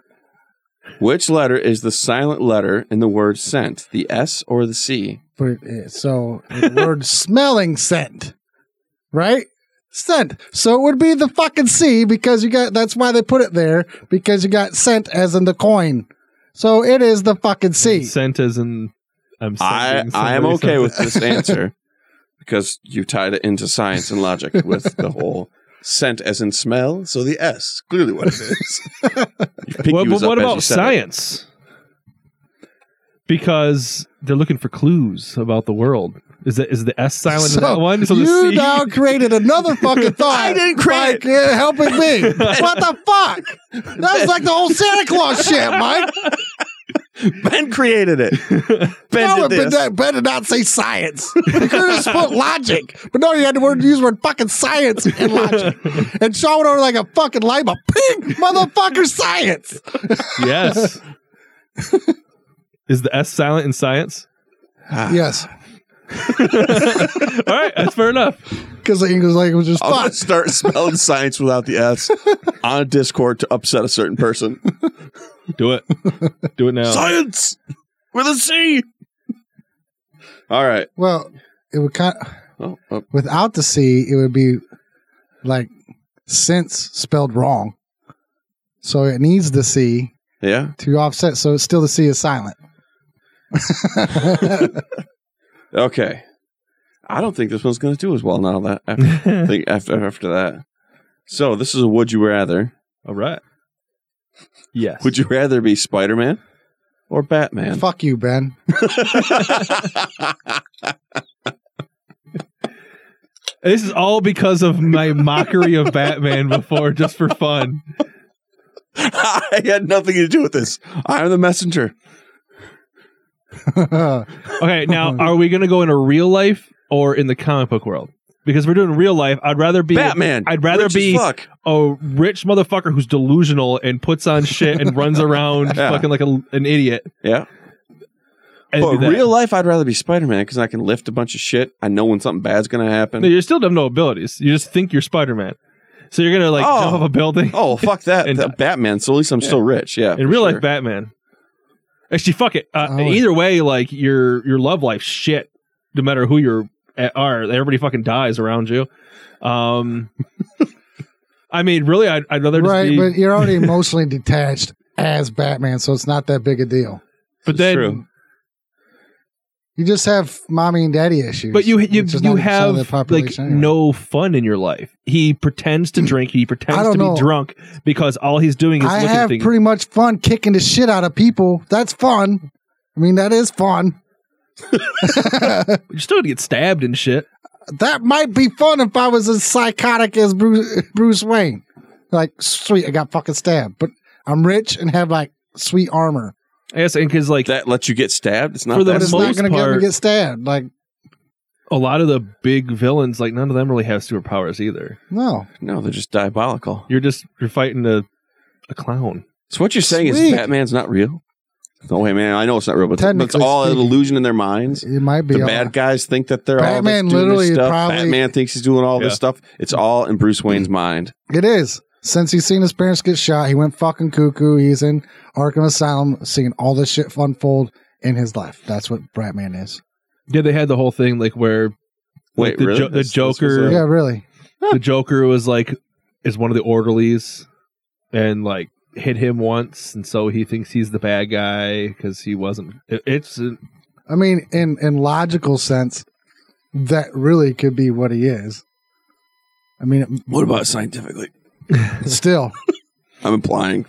[SPEAKER 1] Which letter is the silent letter in the word scent? The S or the C?
[SPEAKER 4] For, uh, so the word smelling scent, right? Scent. So it would be the fucking C because you got. That's why they put it there because you got scent as in the coin. So it is the fucking C.
[SPEAKER 3] sent as in I'm
[SPEAKER 1] I,
[SPEAKER 3] sending
[SPEAKER 1] I am
[SPEAKER 3] somebody
[SPEAKER 1] okay
[SPEAKER 3] something.
[SPEAKER 1] with this answer because you tied it into science and logic with the whole scent as in smell. So the S, clearly what it is. You pick
[SPEAKER 3] Well,
[SPEAKER 1] you
[SPEAKER 3] but
[SPEAKER 1] was up
[SPEAKER 3] what
[SPEAKER 1] as you
[SPEAKER 3] about
[SPEAKER 1] said it.
[SPEAKER 3] science? Because they're looking for clues about the world. Is that is the S silent in that one? So the
[SPEAKER 4] you
[SPEAKER 3] C-
[SPEAKER 4] now created another fucking thought.
[SPEAKER 1] I didn't create
[SPEAKER 4] Mike, uh, helping me. what the fuck? That was like the whole Santa Claus shit, Mike.
[SPEAKER 1] Ben created it. Ben
[SPEAKER 4] no,
[SPEAKER 1] did
[SPEAKER 4] but
[SPEAKER 1] this.
[SPEAKER 4] that better not say science. You could have just put logic. But no, you had to word, use the word fucking science and logic. And Sean went over like a fucking light bulb. Ping! Motherfucker, science!
[SPEAKER 3] yes. is the S silent in science?
[SPEAKER 4] Yes,
[SPEAKER 3] All right, that's fair enough.
[SPEAKER 4] because the English language is
[SPEAKER 1] I'm going
[SPEAKER 4] fucked.
[SPEAKER 1] to start spelling science without the S on Discord to upset a certain person.
[SPEAKER 3] Do it. Do it now.
[SPEAKER 1] Science with a C. All right.
[SPEAKER 4] Well, it would kind
[SPEAKER 1] Oh, oh,
[SPEAKER 4] without the C, it would be like since spelled wrong. So it needs the C
[SPEAKER 1] yeah.
[SPEAKER 4] to offset. So it's still the C is silent.
[SPEAKER 1] Okay. I don't think this one's going to do as well now that after, think after after that. So this is a would you rather.
[SPEAKER 3] All right. Yes.
[SPEAKER 1] Would you rather be Spider Man or Batman?
[SPEAKER 4] Fuck you, Ben.
[SPEAKER 3] This is all because of my mockery of Batman before, just for fun.
[SPEAKER 1] I had nothing to do with this. I'm the messenger.
[SPEAKER 3] Okay, now are we going to go into real life or in the comic book world? Because if we're doing real life, I'd rather be
[SPEAKER 1] Batman.
[SPEAKER 3] I'd rather
[SPEAKER 1] Rich as
[SPEAKER 3] be
[SPEAKER 1] fuck.
[SPEAKER 3] a rich motherfucker who's delusional and puts on shit and runs around
[SPEAKER 1] Yeah.
[SPEAKER 3] fucking like a, an idiot.
[SPEAKER 1] Yeah.
[SPEAKER 3] and
[SPEAKER 1] But
[SPEAKER 3] do that.
[SPEAKER 1] real life, I'd rather be Spider Man because I can lift a bunch of shit. I know when something bad's going to
[SPEAKER 3] No,
[SPEAKER 1] happen.
[SPEAKER 3] you still have no abilities. You just think you're Spider Man. So you're gonna like
[SPEAKER 1] Oh.
[SPEAKER 3] jump off a building.
[SPEAKER 1] Oh, fuck that.
[SPEAKER 3] And- uh,
[SPEAKER 1] That Batman. So at least I'm still rich. Yeah.
[SPEAKER 3] in
[SPEAKER 1] for
[SPEAKER 3] real
[SPEAKER 1] sure.
[SPEAKER 3] life, Batman. Actually, fuck it. Uh,
[SPEAKER 4] Oh.
[SPEAKER 3] Either way, like your your love life shit. No matter who you're at, are, everybody fucking dies around you. Um, I mean, really, I'd, I'd rather just
[SPEAKER 4] right,
[SPEAKER 3] be.
[SPEAKER 4] but you're already emotionally detached as Batman, so it's not that big a deal.
[SPEAKER 3] But then,
[SPEAKER 1] true.
[SPEAKER 4] You just have mommy and daddy issues.
[SPEAKER 3] but you you
[SPEAKER 4] which is
[SPEAKER 3] you
[SPEAKER 4] 90% of the
[SPEAKER 3] have like
[SPEAKER 4] population anyway.
[SPEAKER 3] no fun in your life. He pretends to drink. He pretends
[SPEAKER 4] I
[SPEAKER 3] to
[SPEAKER 4] don't
[SPEAKER 3] be
[SPEAKER 4] know.
[SPEAKER 3] drunk because all he's doing is
[SPEAKER 4] I
[SPEAKER 3] looking at
[SPEAKER 4] have
[SPEAKER 3] things.
[SPEAKER 4] pretty much fun kicking the shit out of people. That's fun. I mean, that is fun.
[SPEAKER 3] You're still gonna get stabbed and shit.
[SPEAKER 4] That might be fun if I was as psychotic as Bruce, Bruce Wayne. Like, sweet, I got fucking stabbed, but I'm rich and have like sweet armor.
[SPEAKER 3] I guess because like
[SPEAKER 1] That lets you get stabbed. It's not
[SPEAKER 3] For the
[SPEAKER 1] that
[SPEAKER 4] But it's not
[SPEAKER 3] most
[SPEAKER 4] going to get me
[SPEAKER 3] part-
[SPEAKER 4] get stabbed. Like,
[SPEAKER 3] a lot of the big villains, like none of them really have superpowers either.
[SPEAKER 4] no.
[SPEAKER 1] No, they're just diabolical.
[SPEAKER 3] You're just you're fighting a a clown.
[SPEAKER 1] So what you're saying
[SPEAKER 4] Sweet.
[SPEAKER 1] is Batman's not real? No way, man. I know it's not real, but, but it's
[SPEAKER 4] Technically
[SPEAKER 1] all an
[SPEAKER 4] speaking.
[SPEAKER 1] illusion in their minds.
[SPEAKER 4] It might be
[SPEAKER 1] The
[SPEAKER 4] all-
[SPEAKER 1] bad guys think that they're
[SPEAKER 4] Batman
[SPEAKER 1] all just doing this
[SPEAKER 4] literally
[SPEAKER 1] stuff.
[SPEAKER 4] probably-
[SPEAKER 1] Batman thinks he's doing all
[SPEAKER 3] Yeah.
[SPEAKER 1] this stuff. It's all in Bruce Wayne's mind.
[SPEAKER 4] It is. Since he's seen his parents get shot, he went fucking cuckoo. He's in Arkham Asylum, seeing all this shit unfold in his life. That's what Batman is.
[SPEAKER 3] Yeah, they had the whole thing like where
[SPEAKER 1] Wait,
[SPEAKER 3] Like the
[SPEAKER 1] really?
[SPEAKER 3] Jo- the
[SPEAKER 1] That's- that's what's
[SPEAKER 3] Joker-
[SPEAKER 1] up?
[SPEAKER 4] Yeah, really.
[SPEAKER 3] the Joker was like is one of the orderlies and like hit him once and so he thinks he's the bad guy because he wasn't it- it's uh,
[SPEAKER 4] I mean, in in logical sense, that really could be what he is. I mean,
[SPEAKER 1] What about scientifically?
[SPEAKER 4] it- still,
[SPEAKER 1] I'm implying.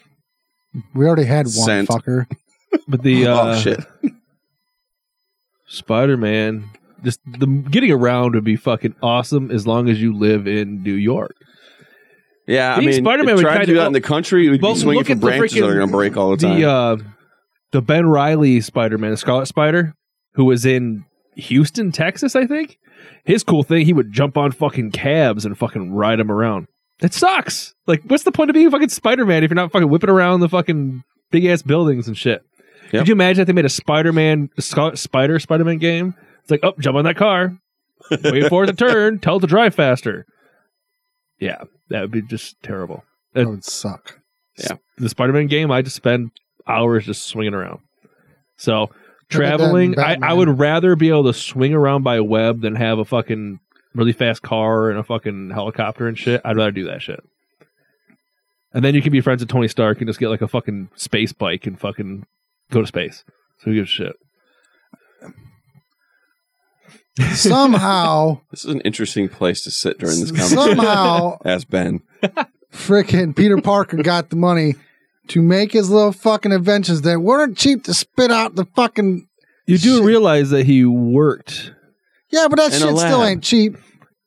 [SPEAKER 4] we already had one
[SPEAKER 1] Scent.
[SPEAKER 4] fucker.
[SPEAKER 3] but the uh
[SPEAKER 1] oh shit!
[SPEAKER 3] spider-man just the getting around would be fucking awesome as long as you live in new york
[SPEAKER 1] Yeah, I
[SPEAKER 3] being
[SPEAKER 1] mean,
[SPEAKER 3] Spider-Man
[SPEAKER 1] if
[SPEAKER 3] would
[SPEAKER 1] try to
[SPEAKER 3] kinda-
[SPEAKER 1] do that in the country. We'd
[SPEAKER 3] Well,
[SPEAKER 1] be swinging
[SPEAKER 3] look
[SPEAKER 1] for
[SPEAKER 3] at the
[SPEAKER 1] branches that
[SPEAKER 3] freaking-
[SPEAKER 1] are going to break all the time.
[SPEAKER 3] the uh the ben riley spider-man the scarlet spider who was in houston texas i think his cool thing he would jump on fucking cabs and fucking ride them around that sucks like what's the point of being fucking spider-man if you're not fucking whipping around the fucking big ass buildings and shit
[SPEAKER 1] Yep.
[SPEAKER 3] could you imagine if they made a spider-man Scar- spider spider-man game it's like oh jump on that car wait for it to turn tell it to drive faster yeah that would be just terrible
[SPEAKER 4] That would suck.
[SPEAKER 3] the Spider-Man game, I just spend hours just swinging around. So
[SPEAKER 4] Look at that
[SPEAKER 3] traveling, I, I
[SPEAKER 4] Batman.
[SPEAKER 3] would rather be able to swing around by web than have a fucking really fast car and a fucking helicopter and shit. I'd rather do that shit. And then you can be friends with Tony Stark and just get like a fucking space bike and fucking go to space. So who gives a shit?
[SPEAKER 4] Somehow,
[SPEAKER 1] this is an interesting place to sit during this conversation.
[SPEAKER 4] somehow,
[SPEAKER 1] As Ben,
[SPEAKER 4] freaking Peter Parker got the money to make his little fucking inventions that weren't cheap to spit out the fucking.
[SPEAKER 3] You do
[SPEAKER 4] Shit.
[SPEAKER 3] realize that he worked.
[SPEAKER 4] Yeah, but that
[SPEAKER 1] In a
[SPEAKER 4] shit still
[SPEAKER 1] lab.
[SPEAKER 4] ain't cheap.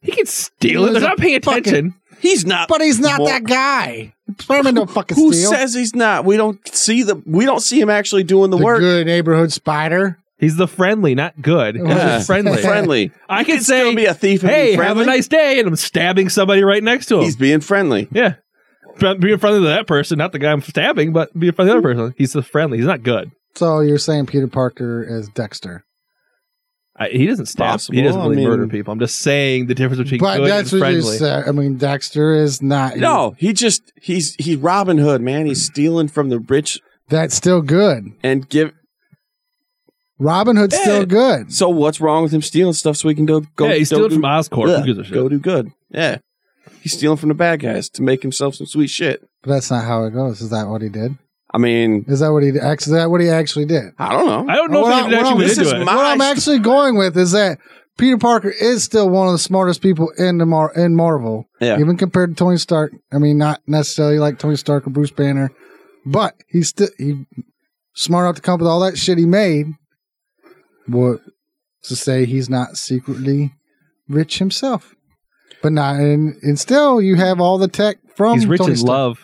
[SPEAKER 3] He can steal it.
[SPEAKER 4] He
[SPEAKER 3] They're
[SPEAKER 4] was a
[SPEAKER 3] not paying
[SPEAKER 4] fucking-
[SPEAKER 3] attention.
[SPEAKER 1] he's not.
[SPEAKER 4] But he's not
[SPEAKER 1] Well-
[SPEAKER 4] that guy. Spider-Man don't fucking
[SPEAKER 1] Who
[SPEAKER 4] steal.
[SPEAKER 1] says he's not? We don't see the. We don't see him actually doing the,
[SPEAKER 4] the
[SPEAKER 1] work.
[SPEAKER 4] good neighborhood spider?
[SPEAKER 3] He's the friendly, not good. He's
[SPEAKER 4] Yeah.
[SPEAKER 3] just friendly.
[SPEAKER 1] friendly.
[SPEAKER 3] I can
[SPEAKER 1] Say,
[SPEAKER 3] say
[SPEAKER 1] be a thief. and
[SPEAKER 3] hey,
[SPEAKER 1] be
[SPEAKER 3] have
[SPEAKER 1] friendly.
[SPEAKER 3] a nice day, and I'm stabbing somebody right next to him.
[SPEAKER 1] He's being friendly.
[SPEAKER 3] yeah, Fr- being friendly to that person, not the guy I'm stabbing, but being friendly to the other person. He's the friendly. He's not good.
[SPEAKER 4] So you're saying Peter Parker is Dexter?
[SPEAKER 3] I, he doesn't stab.
[SPEAKER 1] Possible.
[SPEAKER 3] He doesn't really
[SPEAKER 1] I mean-
[SPEAKER 3] murder people. I'm just saying the difference between
[SPEAKER 4] But
[SPEAKER 3] good
[SPEAKER 4] that's
[SPEAKER 3] and
[SPEAKER 4] what you
[SPEAKER 3] friendly.
[SPEAKER 4] said. I mean, Dexter is not.
[SPEAKER 1] No, he just he's he's Robin Hood, man. He's stealing from the rich
[SPEAKER 4] that's still good.
[SPEAKER 1] and give.
[SPEAKER 4] Robin Hood's
[SPEAKER 1] Yeah.
[SPEAKER 4] still good.
[SPEAKER 1] So what's wrong with him stealing stuff so he can do, go?
[SPEAKER 3] yeah, he's
[SPEAKER 1] go
[SPEAKER 3] stealing
[SPEAKER 1] do-
[SPEAKER 3] from Oscorp.
[SPEAKER 1] yeah,
[SPEAKER 3] Who gives a shit?
[SPEAKER 1] Go do good. Yeah, he's stealing from the bad guys to make himself some sweet shit.
[SPEAKER 4] But that's not how it goes. Is that what he did?
[SPEAKER 1] I mean,
[SPEAKER 4] Is that what he did? Is that what he actually did?
[SPEAKER 1] I don't know.
[SPEAKER 3] I don't know
[SPEAKER 4] Well,
[SPEAKER 3] if they
[SPEAKER 4] well,
[SPEAKER 3] actually
[SPEAKER 4] this
[SPEAKER 3] did
[SPEAKER 1] is
[SPEAKER 3] do it.
[SPEAKER 1] my-
[SPEAKER 4] what I'm
[SPEAKER 1] I-
[SPEAKER 4] actually going with is that Peter Parker is still one of the smartest people in the Mar- in Marvel.
[SPEAKER 1] Yeah.
[SPEAKER 4] Even compared to Tony Stark. I mean, not necessarily like Tony Stark or Bruce Banner, but he's still he smart enough to come up with all that shit he made. What to say he's not secretly rich himself. But not and, and still you have all the tech from
[SPEAKER 3] He's rich
[SPEAKER 4] Tony
[SPEAKER 3] in
[SPEAKER 4] Stark.
[SPEAKER 3] love.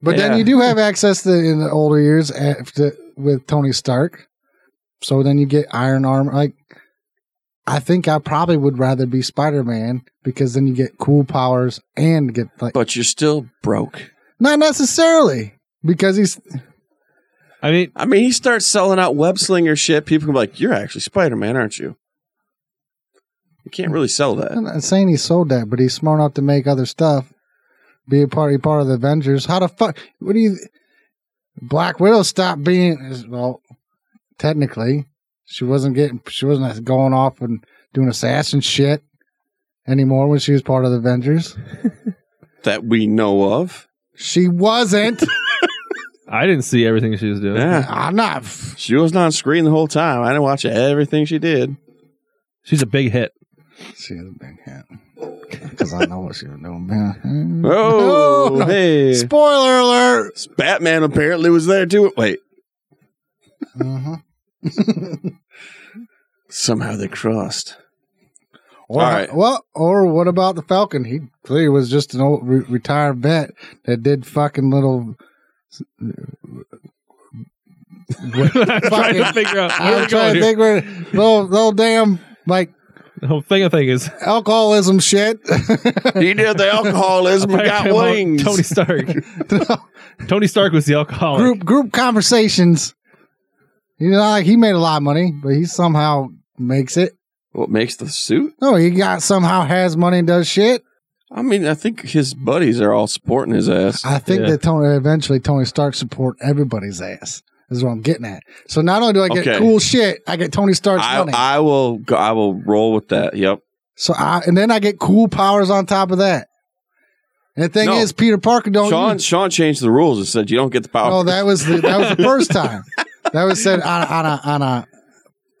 [SPEAKER 4] But
[SPEAKER 1] Yeah.
[SPEAKER 4] then you do have access to in the older years after, with Tony Stark. So then you get Iron Armor. Like, I think I probably would rather be Spider Man because then you get cool powers and get like
[SPEAKER 1] but you're still broke.
[SPEAKER 4] not necessarily because he's
[SPEAKER 3] I mean,
[SPEAKER 1] I mean, he starts selling out web slinger shit. People can be like, "You're actually Spider Man, aren't you?" You can't really sell that.
[SPEAKER 4] I'm not saying he sold that, but he's smart enough to make other stuff, be a part, be part of the Avengers. How the fuck? What do you? Black Widow stopped being well, technically, she wasn't getting, she wasn't going off and doing assassin shit anymore when she was part of the Avengers.
[SPEAKER 1] That we know of.
[SPEAKER 4] She wasn't.
[SPEAKER 3] I didn't see everything she was doing.
[SPEAKER 1] Yeah.
[SPEAKER 4] I'm not. f-
[SPEAKER 1] She was on screen the whole time. I didn't watch everything she did.
[SPEAKER 3] She's a big hit.
[SPEAKER 4] She is a big hit. Because I know what she was doing. man.
[SPEAKER 1] Oh,
[SPEAKER 4] no.
[SPEAKER 1] hey.
[SPEAKER 4] Spoiler alert.
[SPEAKER 1] Batman apparently was there too. Wait.
[SPEAKER 4] Uh-huh.
[SPEAKER 1] Somehow they crossed.
[SPEAKER 4] Or,
[SPEAKER 1] All right.
[SPEAKER 4] Well, or what about the Falcon? He clearly was just an old re- retired vet that did fucking little.
[SPEAKER 3] I'm trying to
[SPEAKER 4] Fucking-
[SPEAKER 3] figure out where
[SPEAKER 4] I'm
[SPEAKER 3] we're going
[SPEAKER 4] trying to
[SPEAKER 3] here.
[SPEAKER 4] think where little little damn like
[SPEAKER 3] The whole thing I think is
[SPEAKER 4] alcoholism shit.
[SPEAKER 1] He did the alcoholism and got wings.
[SPEAKER 3] Tony Stark. Tony Stark was the alcoholic.
[SPEAKER 4] group group conversations. You know, like he made a lot of money, but he somehow makes it.
[SPEAKER 1] What makes the suit?
[SPEAKER 4] No, he got somehow has money and does shit.
[SPEAKER 1] I mean, I think his buddies are all supporting his ass.
[SPEAKER 4] I think
[SPEAKER 3] Yeah.
[SPEAKER 4] that Tony eventually Tony Stark support everybody's ass. Is what I'm getting at. So not only do I get
[SPEAKER 1] Okay.
[SPEAKER 4] cool shit, I get Tony Stark's
[SPEAKER 1] I,
[SPEAKER 4] money.
[SPEAKER 1] I will go, I will roll with that. Yep.
[SPEAKER 4] so I and then I get cool powers on top of that. And the thing
[SPEAKER 1] No.
[SPEAKER 4] is, Peter Parker don't.
[SPEAKER 1] Sean
[SPEAKER 4] use-
[SPEAKER 1] Sean changed the rules and said you don't get the power.
[SPEAKER 4] no, that was the, that was the first time. That was said on, on a on a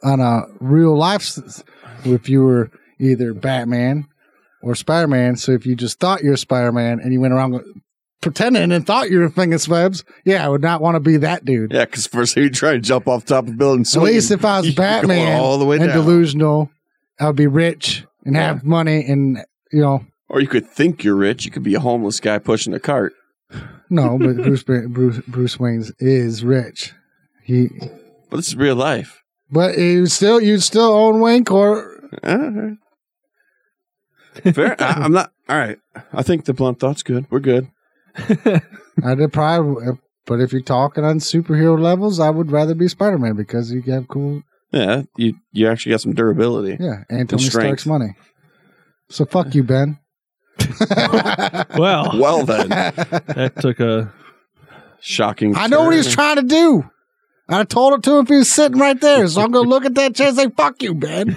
[SPEAKER 4] on a real life. s- If you were either Batman or Spider Man, so if you just thought you're Spider Man and you went around pretending and thought you were Finger Swebs, yeah, I would not want to be that dude.
[SPEAKER 1] yeah, because first he tried to jump off top of the building.
[SPEAKER 4] At least if I was
[SPEAKER 1] You go
[SPEAKER 4] Batman
[SPEAKER 1] all the way
[SPEAKER 4] and
[SPEAKER 1] down.
[SPEAKER 4] delusional, I would be rich and have money and you know
[SPEAKER 1] or you could think you're rich. You could be a homeless guy pushing a cart.
[SPEAKER 4] no, but Bruce Bruce Bruce Wayne's is rich. He
[SPEAKER 1] But this is real life.
[SPEAKER 4] but you still you still own Wayne Corp.
[SPEAKER 1] Uh, Fair. I, I'm not. All right. I think the blunt thought's good. We're good.
[SPEAKER 4] I did probably, but if you're talking on superhero levels, I would rather be Spider Man because you have cool,
[SPEAKER 1] Yeah. You you actually got some durability.
[SPEAKER 4] yeah, and Tony
[SPEAKER 1] strength.
[SPEAKER 4] Stark's money. So fuck you, Ben.
[SPEAKER 3] Well,
[SPEAKER 1] Well then,
[SPEAKER 4] I
[SPEAKER 3] that took a.
[SPEAKER 1] shocking.
[SPEAKER 4] know what he's
[SPEAKER 1] turn.
[SPEAKER 4] trying to do. I told him to if he was sitting right there. So I'm gonna look at that chair and say, "Fuck you, Ben."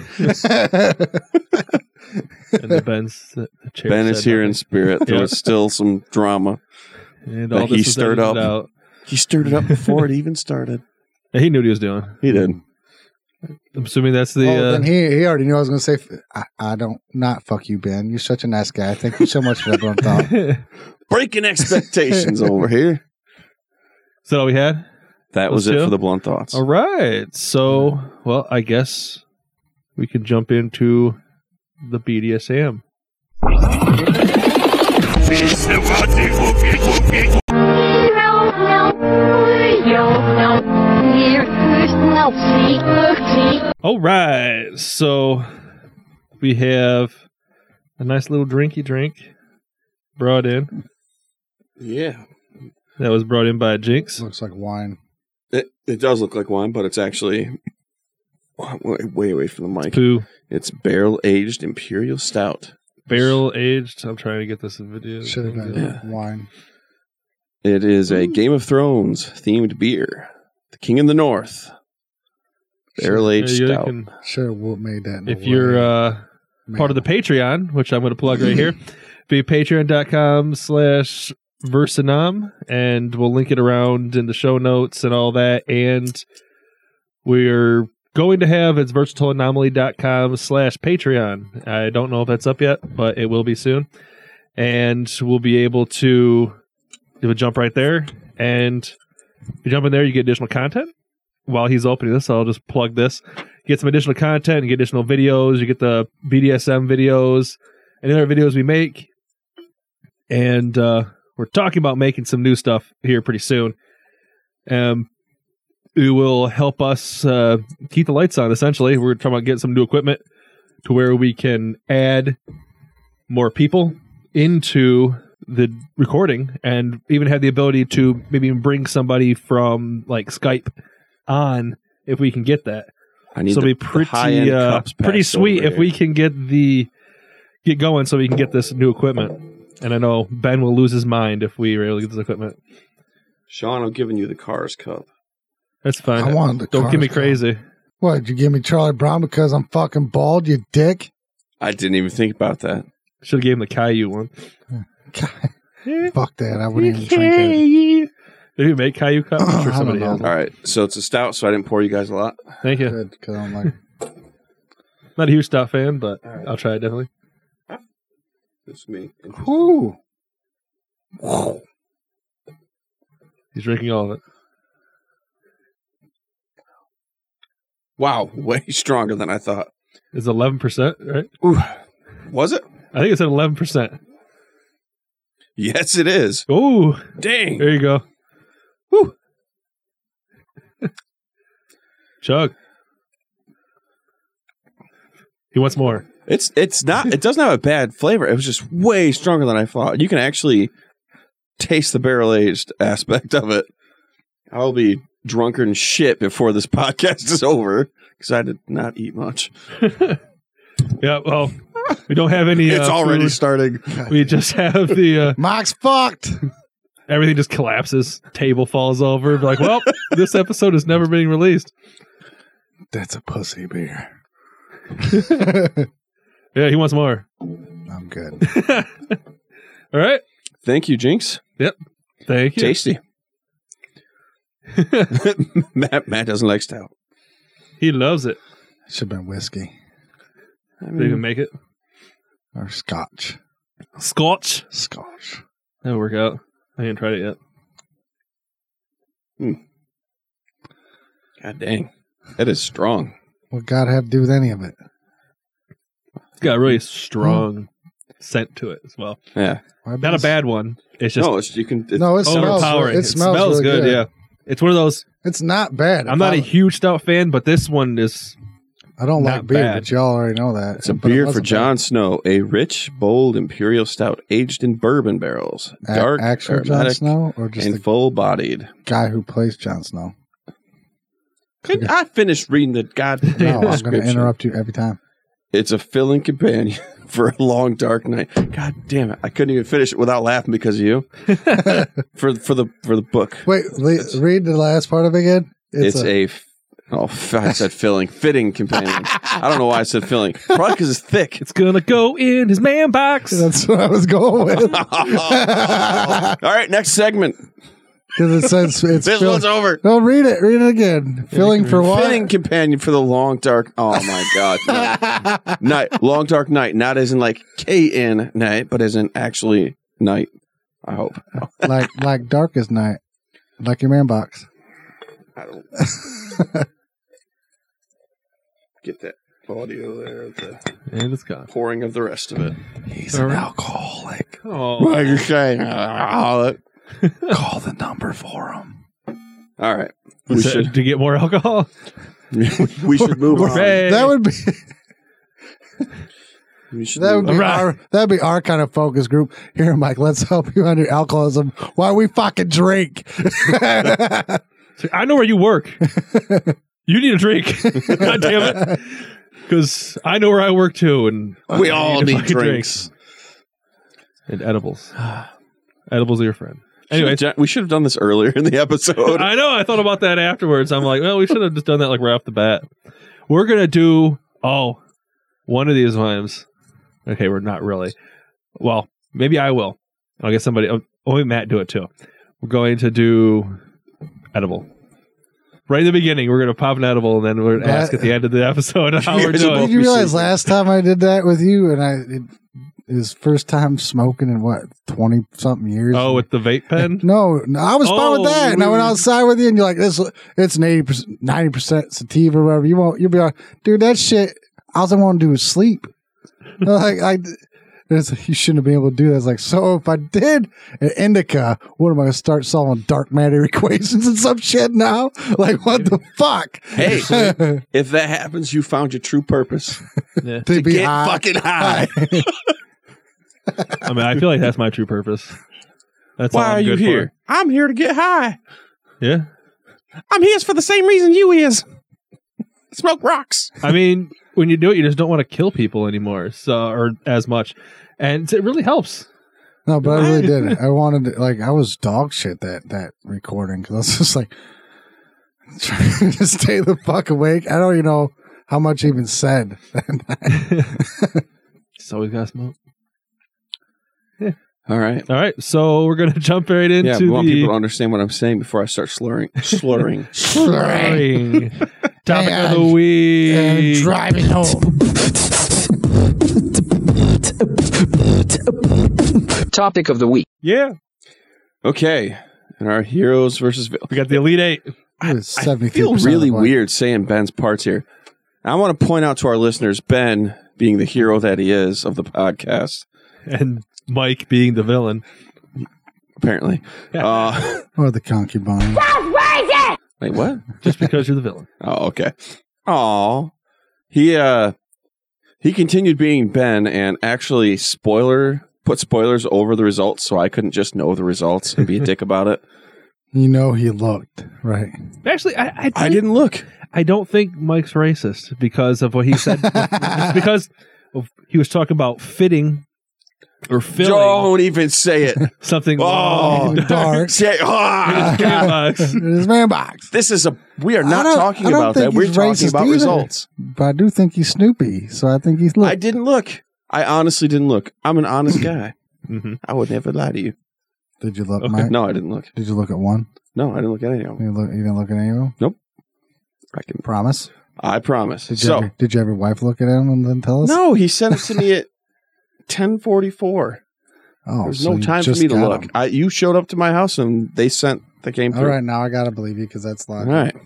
[SPEAKER 3] And the Ben's the chair
[SPEAKER 1] Ben is
[SPEAKER 3] said
[SPEAKER 1] here in
[SPEAKER 3] nothing.
[SPEAKER 1] spirit. There
[SPEAKER 3] Yeah.
[SPEAKER 1] was still some drama.
[SPEAKER 3] and
[SPEAKER 1] that
[SPEAKER 3] all
[SPEAKER 1] he
[SPEAKER 3] this was
[SPEAKER 1] stirred
[SPEAKER 3] edited
[SPEAKER 1] up.
[SPEAKER 3] out.
[SPEAKER 1] He stirred it up before it even started.
[SPEAKER 3] Yeah, He knew what he was doing.
[SPEAKER 1] He did.
[SPEAKER 3] I'm assuming that's the.
[SPEAKER 4] oh,
[SPEAKER 3] uh,
[SPEAKER 4] then he he already knew I was gonna say, "I, I don't not fuck you, Ben. You're such a nice guy. Thank you so much for that."
[SPEAKER 3] uh,
[SPEAKER 4] thought.
[SPEAKER 1] Breaking expectations over here.
[SPEAKER 3] is that all we had?
[SPEAKER 1] That was
[SPEAKER 3] Those
[SPEAKER 1] it
[SPEAKER 3] two?
[SPEAKER 1] for the blunt thoughts.
[SPEAKER 3] All right. So, well, I guess we can jump into the BDSM. All right. So we have a nice little drinky drink brought in.
[SPEAKER 1] Yeah.
[SPEAKER 3] That was brought in by Jinx.
[SPEAKER 4] Looks like wine.
[SPEAKER 1] It, it does look like wine, but it's actually way, way away from the mic.
[SPEAKER 3] Poo
[SPEAKER 1] It's barrel aged imperial stout.
[SPEAKER 3] barrel aged. I'm trying to get this in video.
[SPEAKER 4] Should have been
[SPEAKER 1] Yeah.
[SPEAKER 4] wine.
[SPEAKER 1] It is a
[SPEAKER 3] Hmm.
[SPEAKER 1] Game of Thrones themed beer. The King in the North. Barrel
[SPEAKER 3] Yeah,
[SPEAKER 1] aged
[SPEAKER 3] you
[SPEAKER 1] stout.
[SPEAKER 3] can-
[SPEAKER 4] Should have made that. in a
[SPEAKER 3] if you're
[SPEAKER 4] way.
[SPEAKER 3] uh, part of the Patreon, which I'm going to plug right here, be patreon.com slash Versanom, and we'll link it around in the show notes and all that. And we're going to have it's versatileanomaly.com slash Patreon. I don't know if that's up yet, but it will be soon. And we'll be able to do a jump right there. And if you jump in there, you get additional content. While he's opening this, I'll just plug this get some additional content, you get additional videos, you get the BDSM videos and other videos we make. And uh, we're talking about making some new stuff here pretty soon. Um, it will help us uh, keep the lights on, essentially. We're talking about getting some new equipment to where we can add more people into the recording and even have the ability to maybe even bring somebody from like Skype on if we can get that
[SPEAKER 1] I need
[SPEAKER 3] so
[SPEAKER 1] to
[SPEAKER 3] it'll be pretty
[SPEAKER 1] high-end
[SPEAKER 3] uh,
[SPEAKER 1] cups
[SPEAKER 3] pretty
[SPEAKER 1] passed
[SPEAKER 3] sweet
[SPEAKER 1] over
[SPEAKER 3] if
[SPEAKER 1] here.
[SPEAKER 3] we can get the get going so we can get this new equipment. And I know Ben will lose his mind if we are able to get this equipment.
[SPEAKER 1] Sean, I'm giving you the car's cup.
[SPEAKER 3] That's fine.
[SPEAKER 4] I wanted the
[SPEAKER 3] Don't get
[SPEAKER 4] cars
[SPEAKER 3] me
[SPEAKER 4] gone.
[SPEAKER 3] crazy.
[SPEAKER 4] What, you give me Charlie Brown because I'm fucking bald, you dick?
[SPEAKER 1] I didn't even think about that.
[SPEAKER 3] Should have gave him the Caillou one.
[SPEAKER 4] Fuck that. I wouldn't even drink it.
[SPEAKER 3] Caillou. Did you make Caillou Cup? I'm sure
[SPEAKER 4] I
[SPEAKER 3] somebody
[SPEAKER 4] don't know.
[SPEAKER 3] has. it.
[SPEAKER 1] All right, so it's a stout, so I didn't pour you guys a lot.
[SPEAKER 3] Thank you.
[SPEAKER 4] Good, because I'm like,
[SPEAKER 3] Not a huge stout fan, but I'll try it definitely.
[SPEAKER 1] It's me.
[SPEAKER 4] whoo.
[SPEAKER 3] He's drinking all of it.
[SPEAKER 1] Wow, way stronger than I thought.
[SPEAKER 3] It's eleven percent, right?
[SPEAKER 1] Ooh, was it?
[SPEAKER 3] I think it's at eleven percent.
[SPEAKER 1] Yes, it is.
[SPEAKER 3] Oh,
[SPEAKER 1] Dang.
[SPEAKER 3] there you go. Woo. Chug. He wants more.
[SPEAKER 1] It's it's not it doesn't have a bad flavor. It was just way stronger than I thought. You can actually taste the barrel aged aspect of it. I'll be drunker than shit before this podcast is over because I did not eat much.
[SPEAKER 3] Yeah. Well, we don't have any.
[SPEAKER 2] it's
[SPEAKER 3] uh,
[SPEAKER 2] already
[SPEAKER 3] food.
[SPEAKER 2] starting.
[SPEAKER 3] We just have the uh,
[SPEAKER 4] Mox fucked.
[SPEAKER 3] everything just collapses. Table falls over. Like, well, this episode is never being released.
[SPEAKER 4] That's a pussy beer.
[SPEAKER 3] Yeah, he wants more.
[SPEAKER 4] I'm good.
[SPEAKER 3] all right.
[SPEAKER 1] Thank you, Jinx.
[SPEAKER 3] Thank you.
[SPEAKER 1] Tasty. Matt Matt doesn't like stout.
[SPEAKER 3] He loves it.
[SPEAKER 4] Should have been whiskey
[SPEAKER 1] I
[SPEAKER 3] They can
[SPEAKER 1] mean,
[SPEAKER 3] make it.
[SPEAKER 4] or scotch.
[SPEAKER 3] Scotch.
[SPEAKER 4] Scotch.
[SPEAKER 3] That'll work out. I haven't tried it yet.
[SPEAKER 1] God dang, that is strong.
[SPEAKER 4] What God have to do with any of it?
[SPEAKER 3] It's got a really strong scent to it as well.
[SPEAKER 1] Yeah.
[SPEAKER 4] Why
[SPEAKER 3] Not a
[SPEAKER 4] does-
[SPEAKER 3] bad one. It's just
[SPEAKER 1] no, it's, you can. It's,
[SPEAKER 4] No, it smells.
[SPEAKER 3] overpowering.
[SPEAKER 4] It smells, really
[SPEAKER 3] good, Yeah. It's one of those.
[SPEAKER 4] It's not bad.
[SPEAKER 3] I'm
[SPEAKER 4] If
[SPEAKER 3] not
[SPEAKER 4] I-
[SPEAKER 3] a huge stout fan, but this one is.
[SPEAKER 4] I don't
[SPEAKER 3] not
[SPEAKER 4] like beer,
[SPEAKER 3] bad.
[SPEAKER 4] but y'all already know that.
[SPEAKER 1] It's a
[SPEAKER 4] But it
[SPEAKER 1] beer for
[SPEAKER 4] wasn't
[SPEAKER 1] John Snow, a rich, bold imperial stout aged in bourbon barrels,
[SPEAKER 4] bad. A-
[SPEAKER 1] dark,
[SPEAKER 4] actual Jon
[SPEAKER 1] aromatic,
[SPEAKER 4] Snow, or just
[SPEAKER 1] and
[SPEAKER 4] the
[SPEAKER 1] full-bodied.
[SPEAKER 4] guy who plays Jon Snow.
[SPEAKER 1] Could I finish reading the goddamn
[SPEAKER 4] No, I'm going to
[SPEAKER 1] description?
[SPEAKER 4] interrupt you every time.
[SPEAKER 1] It's a filling companion for a long, dark night. God damn it! I couldn't even finish it without laughing because of you. for for the for the book,
[SPEAKER 4] Wait, le- read the last part of it again.
[SPEAKER 1] it's, a. f- Oh, f- I said filling, fitting companion. I don't know why I said filling. Probably because it's thick.
[SPEAKER 3] It's gonna go in his man box.
[SPEAKER 4] That's what I was going with
[SPEAKER 1] All right, next segment.
[SPEAKER 4] because it says it's.
[SPEAKER 1] This
[SPEAKER 4] fill-
[SPEAKER 1] one's over.
[SPEAKER 4] no, read it. Read it again. Filling for what?
[SPEAKER 1] Fitting companion for the long dark. Oh my god, no. night, long dark night. Not as in like K N night, but as in actually night. I hope.
[SPEAKER 4] like like darkest night, like your man box.
[SPEAKER 1] I don't get that audio there. The
[SPEAKER 3] and it's gone.
[SPEAKER 1] pouring of the rest of it.
[SPEAKER 4] He's
[SPEAKER 3] All right.
[SPEAKER 4] alcoholic.
[SPEAKER 3] Oh,
[SPEAKER 1] are you saying? All
[SPEAKER 4] Call the number for him.
[SPEAKER 1] right, we
[SPEAKER 3] So,
[SPEAKER 1] should
[SPEAKER 3] to get more alcohol.
[SPEAKER 1] we should move on.
[SPEAKER 3] Hooray.
[SPEAKER 4] That would be
[SPEAKER 1] We should
[SPEAKER 4] that
[SPEAKER 1] move
[SPEAKER 4] would be
[SPEAKER 1] on.
[SPEAKER 4] our that'd be our kind of focus group. Here, Mike, let's help you under alcoholism while we fucking drink.
[SPEAKER 3] So, I know where you work. you need a drink. God damn it. Because I know where I work too, and
[SPEAKER 1] We
[SPEAKER 3] I
[SPEAKER 1] all
[SPEAKER 3] a
[SPEAKER 1] need
[SPEAKER 3] fucking drink.
[SPEAKER 1] drinks.
[SPEAKER 3] and edibles. edibles are your friend. Anyway,
[SPEAKER 1] Should've done- we should have done this earlier in the episode.
[SPEAKER 3] I know. I thought about that afterwards. I'm like, well, we should have just done that like right off the bat. We're gonna do oh, one of these times. Okay, we're not really. Well, maybe I will. I'll get somebody. Oh, oh, wait, Matt, do it too. We're going to do edible. Right in the beginning, we're gonna pop an edible, and then we're gonna ask at the end of the episode how we're
[SPEAKER 1] Here's a
[SPEAKER 3] doing.
[SPEAKER 4] Did
[SPEAKER 1] book.
[SPEAKER 4] you
[SPEAKER 1] be
[SPEAKER 4] realize
[SPEAKER 1] sleeping.
[SPEAKER 4] last time I did that with you and I it, it was first time smoking in what twenty something years?
[SPEAKER 3] Oh, with the vape pen.
[SPEAKER 4] No, no, I was fine
[SPEAKER 3] Oh,
[SPEAKER 4] with that, and I
[SPEAKER 3] we
[SPEAKER 4] went
[SPEAKER 3] were-
[SPEAKER 4] outside with you, and you're like, "This, it's an eighty percent, ninety percent sativa, or whatever." You won't, you'll be like, "Dude, that shit, all I want to do is sleep." like I, it's like, you shouldn't have been able to do that. It's like, so if I did an indica, what am I going to start solving dark matter equations and some shit now? Like, what the fuck?
[SPEAKER 1] Hey,
[SPEAKER 4] to
[SPEAKER 1] if that happens, you found your true purpose.
[SPEAKER 4] be
[SPEAKER 1] Get
[SPEAKER 4] high.
[SPEAKER 1] fucking high.
[SPEAKER 3] I mean, I feel like that's my true purpose. That's all
[SPEAKER 1] Why
[SPEAKER 3] I'm
[SPEAKER 1] are you
[SPEAKER 3] good for.
[SPEAKER 1] here? I'm here to get high.
[SPEAKER 3] Yeah.
[SPEAKER 1] I'm here for the same reason you is. Smoke rocks.
[SPEAKER 3] I mean, when you do it, you just don't want to kill people anymore, so or as much, and it really helps.
[SPEAKER 4] No, but I really did. I wanted to, like I was dog shit that that recording because I was just like trying to stay the fuck awake. I don't even know how much even said.
[SPEAKER 3] So we got smoke.
[SPEAKER 1] All right.
[SPEAKER 3] All right, so we're gonna jump right into
[SPEAKER 1] yeah, we want
[SPEAKER 3] the
[SPEAKER 1] people to understand what I'm saying before I start slurring. Slurring.
[SPEAKER 3] Boring. topic
[SPEAKER 4] Hey,
[SPEAKER 3] of the
[SPEAKER 4] I'm-
[SPEAKER 3] week.
[SPEAKER 4] And driving home.
[SPEAKER 6] Topic of the week.
[SPEAKER 3] yeah,
[SPEAKER 1] okay. And our heroes versus vil-
[SPEAKER 3] we got the elite eight.
[SPEAKER 1] I feel really weird saying Ben's parts here. I want to point out to our listeners, Ben being the hero that he is of the podcast,
[SPEAKER 3] and Mike being the villain.
[SPEAKER 1] apparently. Uh,
[SPEAKER 4] Or Oh, the concubine.
[SPEAKER 1] wait, what?
[SPEAKER 3] Just because you're the villain.
[SPEAKER 1] Oh, okay. Aw. He uh he continued being Ben and actually spoiler put spoilers over the results so I couldn't just know the results and be a dick about it.
[SPEAKER 4] You know he looked right.
[SPEAKER 3] Actually, I I,
[SPEAKER 1] I
[SPEAKER 3] did,
[SPEAKER 1] didn't look.
[SPEAKER 3] I don't think Mike's racist because of what he said. it's because of, he was talking about fitting or filling
[SPEAKER 1] Don't even say it.
[SPEAKER 3] something.
[SPEAKER 1] Oh,
[SPEAKER 3] long and
[SPEAKER 4] dark.
[SPEAKER 1] Say- ah!
[SPEAKER 3] in his mailbox.
[SPEAKER 4] In his mailbox.
[SPEAKER 1] This is a we are
[SPEAKER 4] I
[SPEAKER 1] not
[SPEAKER 4] don't-
[SPEAKER 1] talking
[SPEAKER 4] I don't
[SPEAKER 1] about
[SPEAKER 4] think
[SPEAKER 1] that. We're
[SPEAKER 4] he's
[SPEAKER 1] talking
[SPEAKER 4] racist
[SPEAKER 1] about
[SPEAKER 4] either.
[SPEAKER 1] results.
[SPEAKER 4] But I do think he's Snoopy, so I think he's
[SPEAKER 1] I
[SPEAKER 4] looked.
[SPEAKER 1] didn't look. I honestly didn't look. I'm an honest guy.
[SPEAKER 3] Mhm.
[SPEAKER 1] I would never lie to you.
[SPEAKER 4] Did you look,
[SPEAKER 3] Okay.
[SPEAKER 4] Mike?
[SPEAKER 1] No, I didn't look.
[SPEAKER 4] Did you look at one?
[SPEAKER 1] No, I didn't look at any of them.
[SPEAKER 4] You, look, you didn't look at any of them?
[SPEAKER 1] I can.
[SPEAKER 4] Promise?
[SPEAKER 1] I promise.
[SPEAKER 4] Did you,
[SPEAKER 1] So
[SPEAKER 4] ever, did you have your wife look at him and then tell us?
[SPEAKER 1] no, he sent it to me at 10:44.
[SPEAKER 4] Oh,
[SPEAKER 1] There's
[SPEAKER 4] so
[SPEAKER 1] no
[SPEAKER 4] you
[SPEAKER 1] time for
[SPEAKER 4] just
[SPEAKER 1] me to
[SPEAKER 4] got
[SPEAKER 1] look.
[SPEAKER 4] him.
[SPEAKER 1] I, you showed up to my house and they sent. They came
[SPEAKER 4] All
[SPEAKER 1] through.
[SPEAKER 4] right, now I gotta believe you because that's
[SPEAKER 1] All
[SPEAKER 4] logic.
[SPEAKER 1] right.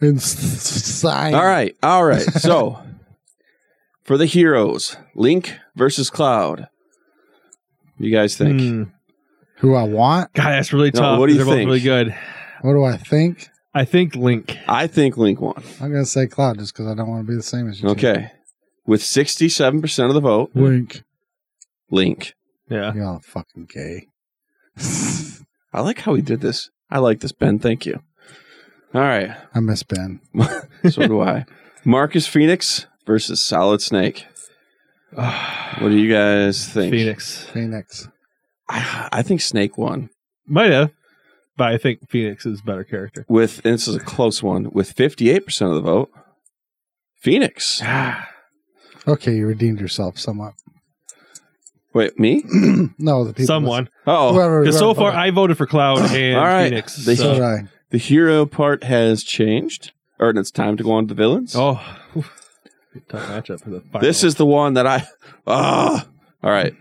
[SPEAKER 4] And sign.
[SPEAKER 1] All right. All right. So for the heroes, Link versus Cloud. You guys think?
[SPEAKER 3] Hmm.
[SPEAKER 4] Who I want?
[SPEAKER 3] God, that's really
[SPEAKER 1] No,
[SPEAKER 3] tough.
[SPEAKER 1] what do you
[SPEAKER 3] They're
[SPEAKER 1] think?
[SPEAKER 3] both really good.
[SPEAKER 4] What do I think?
[SPEAKER 3] I think Link.
[SPEAKER 1] I think Link won.
[SPEAKER 4] I'm gonna say Cloud just because I don't want to be the same as you. two.
[SPEAKER 1] Okay. With 67% of the vote,
[SPEAKER 4] Wink.
[SPEAKER 1] Link. Uh.
[SPEAKER 3] Yeah.
[SPEAKER 4] You're all fucking gay.
[SPEAKER 1] I like how he did this. I like this, Ben. Thank you. All right.
[SPEAKER 4] I miss Ben.
[SPEAKER 1] So do I. Marcus Phoenix versus Solid Snake. What do you guys think?
[SPEAKER 3] Phoenix
[SPEAKER 4] Phoenix.
[SPEAKER 1] I, I think Snake won.
[SPEAKER 3] might have, but I think Phoenix is a better character.
[SPEAKER 1] With and this is a close one. With fifty eight percent of the vote, Phoenix.
[SPEAKER 4] Okay, you redeemed yourself somewhat.
[SPEAKER 1] Wait, me?
[SPEAKER 4] no, the people.
[SPEAKER 3] Someone.
[SPEAKER 1] Oh,
[SPEAKER 4] Whoever.
[SPEAKER 3] Because so
[SPEAKER 4] whoever-
[SPEAKER 3] far, I voted for Cloud and
[SPEAKER 1] All right.
[SPEAKER 3] Phoenix.
[SPEAKER 1] The
[SPEAKER 3] so-
[SPEAKER 4] So did I.
[SPEAKER 1] the hero part has changed, or it's time to go on to the villains.
[SPEAKER 3] Oh, oof. tough matchup for the final.
[SPEAKER 1] This is the one that I. Ah, all right.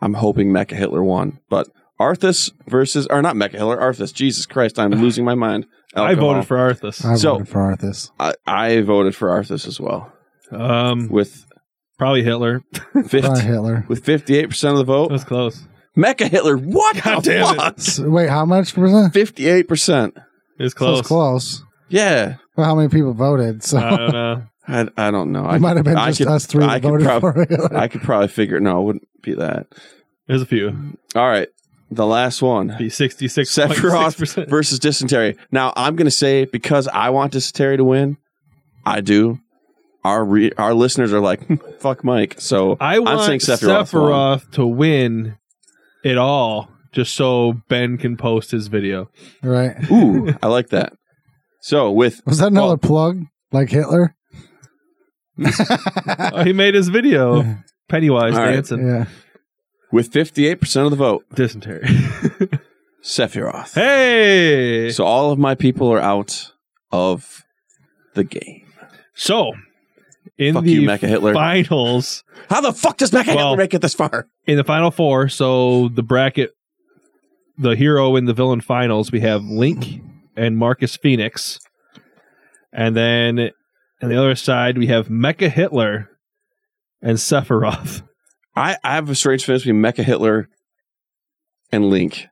[SPEAKER 1] I'm hoping Mecha Hitler won, but Arthas versus, or not Mecha Hitler, Arthas. Jesus Christ, I'm losing my mind.
[SPEAKER 3] I voted
[SPEAKER 1] for.
[SPEAKER 3] for Arthas.
[SPEAKER 4] I
[SPEAKER 1] So-
[SPEAKER 4] voted for Arthas.
[SPEAKER 1] I, I voted for Arthas as well,
[SPEAKER 3] Um,
[SPEAKER 1] with
[SPEAKER 3] probably Hitler.
[SPEAKER 1] 50,
[SPEAKER 4] Bye, Hitler.
[SPEAKER 1] with 58 percent of the
[SPEAKER 3] That
[SPEAKER 1] vote.
[SPEAKER 3] was close.
[SPEAKER 1] Mecha Hitler, what
[SPEAKER 3] God
[SPEAKER 1] the
[SPEAKER 3] damn it.
[SPEAKER 1] fuck?
[SPEAKER 4] S- Wait, how much percent?
[SPEAKER 1] 58 percent.
[SPEAKER 3] It was
[SPEAKER 4] So
[SPEAKER 3] close.
[SPEAKER 4] it's close.
[SPEAKER 1] Yeah,
[SPEAKER 4] Well, how many people voted? So
[SPEAKER 3] I don't know.
[SPEAKER 1] I, I don't know. I,
[SPEAKER 4] it might have been
[SPEAKER 1] Uh, I
[SPEAKER 4] just
[SPEAKER 1] could-
[SPEAKER 4] us three
[SPEAKER 1] I
[SPEAKER 4] that
[SPEAKER 1] could
[SPEAKER 4] voted
[SPEAKER 1] prob-
[SPEAKER 4] for Hitler.
[SPEAKER 1] I could probably figure. No, it wouldn't be that.
[SPEAKER 3] There's a few.
[SPEAKER 1] All right, the last one.
[SPEAKER 3] Be sixty-six
[SPEAKER 1] Sephiroth
[SPEAKER 3] percent.
[SPEAKER 1] versus Dysentery. Now I'm going to say because I want Dysentery to win, I do. Our re- our listeners are like, fuck Mike. So
[SPEAKER 3] I want
[SPEAKER 1] I'm saying
[SPEAKER 3] Sephiroth,
[SPEAKER 1] Sephiroth. won.
[SPEAKER 3] to win it all, just so Ben can post his video.
[SPEAKER 4] right.
[SPEAKER 1] Ooh, I like that. So with
[SPEAKER 4] Was that another
[SPEAKER 1] Well-
[SPEAKER 4] plug? Like Hitler?
[SPEAKER 3] Oh, he made his video.
[SPEAKER 4] Yeah.
[SPEAKER 3] Pennywise
[SPEAKER 1] All right.
[SPEAKER 3] dancing,
[SPEAKER 4] Yeah.
[SPEAKER 1] with 58 percent of the vote,
[SPEAKER 3] dysentery.
[SPEAKER 1] Sephiroth.
[SPEAKER 3] hey,
[SPEAKER 1] So all of my people are out of the game.
[SPEAKER 3] so in
[SPEAKER 1] Fuck
[SPEAKER 3] the
[SPEAKER 1] you, Mecha Hitler.
[SPEAKER 3] finals,
[SPEAKER 1] How the fuck does Mecha
[SPEAKER 3] Well-
[SPEAKER 1] Hitler make it this far?
[SPEAKER 3] in the final four, so the bracket, the hero and the villain finals, we have Link and Marcus Phoenix. And then on the other side, we have Mecha Hitler and Sephiroth.
[SPEAKER 1] I, I have a strange feeling it's between Mecha Hitler and Link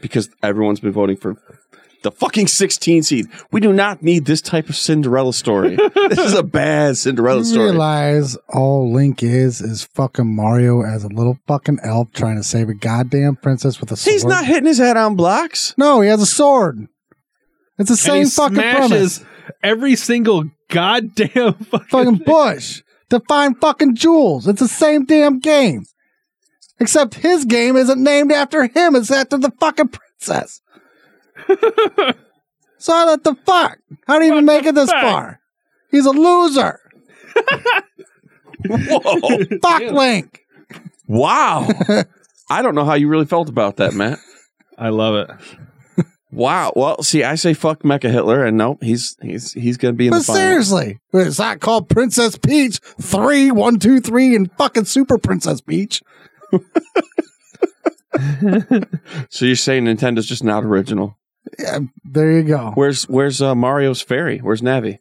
[SPEAKER 1] because everyone's been voting for the fucking 16 seed. We do not need this type of Cinderella story. this is a bad Cinderella
[SPEAKER 4] You
[SPEAKER 1] story.
[SPEAKER 4] realize all Link is is fucking Mario as a little fucking elf trying to save a goddamn princess with a sword.
[SPEAKER 1] He's not hitting his head on blocks.
[SPEAKER 4] No, he has a sword. It's the same
[SPEAKER 3] and he
[SPEAKER 4] fucking premise.
[SPEAKER 3] smashes every single goddamn fucking.
[SPEAKER 4] Fucking Bush to find fucking jewels. It's the same damn game, except his game isn't named after him. It's after the fucking princess. so how the- the fuck? How do you even make it this
[SPEAKER 3] fuck?
[SPEAKER 4] far? He's a loser.
[SPEAKER 1] Whoa.
[SPEAKER 4] Fuck Link.
[SPEAKER 1] wow. I don't know how you really felt about that, Matt.
[SPEAKER 3] I love it.
[SPEAKER 1] Wow. Well, see, I say fuck Mecha Hitler, and nope, he's he's he's gonna be in
[SPEAKER 4] But
[SPEAKER 1] the final.
[SPEAKER 4] seriously, it's not called Princess Peach. Three, one, two, three, and fucking Super Princess Peach.
[SPEAKER 1] So you're saying Nintendo's just not original?
[SPEAKER 4] Yeah, there you go.
[SPEAKER 1] Where's where's uh, Mario's fairy? Where's Navi?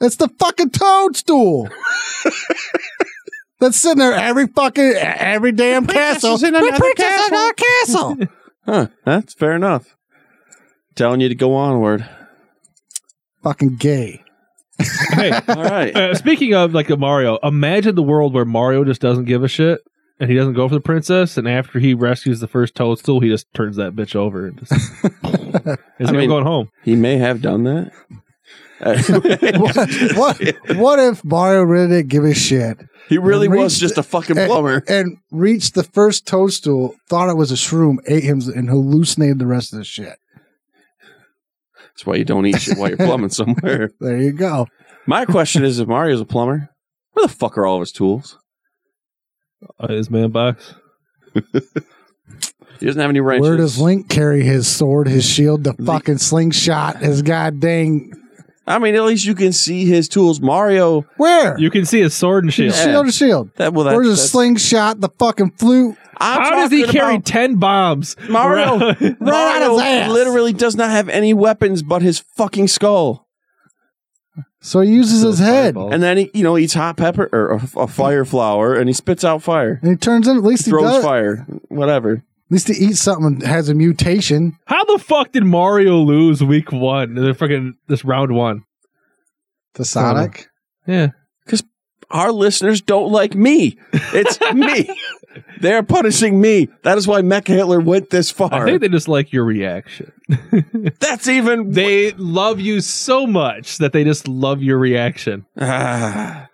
[SPEAKER 4] It's the fucking toadstool. That's sitting there every fucking every damn
[SPEAKER 1] Princess
[SPEAKER 4] castle.
[SPEAKER 1] is in another
[SPEAKER 4] Princess
[SPEAKER 1] castle.
[SPEAKER 4] in another castle.
[SPEAKER 1] Huh? That's fair enough. Telling you to go onward.
[SPEAKER 4] fucking gay.
[SPEAKER 3] Hey,
[SPEAKER 1] All right.
[SPEAKER 3] uh, speaking of like a Mario, imagine the world where Mario just doesn't give a shit and he doesn't go for the princess. And after he rescues the first toadstool, he just turns that bitch over and just
[SPEAKER 1] I
[SPEAKER 3] is him
[SPEAKER 1] mean-
[SPEAKER 3] going home.
[SPEAKER 1] He may have done that.
[SPEAKER 4] what, what what if Mario really didn't give a shit
[SPEAKER 1] he really was
[SPEAKER 4] Reached-
[SPEAKER 1] just a fucking
[SPEAKER 4] and-
[SPEAKER 1] plumber.
[SPEAKER 4] and reached the first toadstool, thought it was a shroom, ate him, and hallucinated the rest of the shit.
[SPEAKER 1] That's why you don't eat shit while you're plumbing somewhere.
[SPEAKER 4] There you go.
[SPEAKER 1] My question is, if Mario's a plumber, where the fuck are all of his tools?
[SPEAKER 3] Uh, his man box.
[SPEAKER 1] He doesn't have any wrenches.
[SPEAKER 4] Where does Link carry his sword, his shield, the
[SPEAKER 1] Link-
[SPEAKER 4] fucking slingshot, his goddamn
[SPEAKER 1] I mean, at least you can see his tools. Mario,
[SPEAKER 4] where?
[SPEAKER 3] You can see his sword and shield.
[SPEAKER 1] Yeah.
[SPEAKER 4] Shield to shield.
[SPEAKER 1] that well, that,
[SPEAKER 4] Where's the
[SPEAKER 1] that's-
[SPEAKER 4] slingshot, the fucking flute?
[SPEAKER 1] I'm
[SPEAKER 3] How does he
[SPEAKER 1] talking
[SPEAKER 3] carry
[SPEAKER 1] about-
[SPEAKER 3] ten bombs?
[SPEAKER 1] Mario-
[SPEAKER 3] around?
[SPEAKER 4] Right out
[SPEAKER 1] Mario
[SPEAKER 4] his ass.
[SPEAKER 1] literally does not have any weapons but his fucking skull,
[SPEAKER 4] So he uses his head.
[SPEAKER 3] Fireballs.
[SPEAKER 1] and then he, you know, eats hot pepper or a, a fire flower, and he spits out fire,
[SPEAKER 4] And he turns in, at least he
[SPEAKER 1] throws
[SPEAKER 4] does. At
[SPEAKER 1] fire, whatever.
[SPEAKER 4] least he eats something that has a mutation.
[SPEAKER 3] How the fuck did Mario lose week one? The fucking this round one.
[SPEAKER 4] The Sonic.
[SPEAKER 3] Yeah.
[SPEAKER 1] Our listeners don't like me. It's me. They're punishing me. That is why Mecha Hitler went this
[SPEAKER 3] I
[SPEAKER 1] far.
[SPEAKER 3] think they just like your reaction.
[SPEAKER 1] That's even.
[SPEAKER 3] They love you so much that they just love your reaction.
[SPEAKER 1] Ah,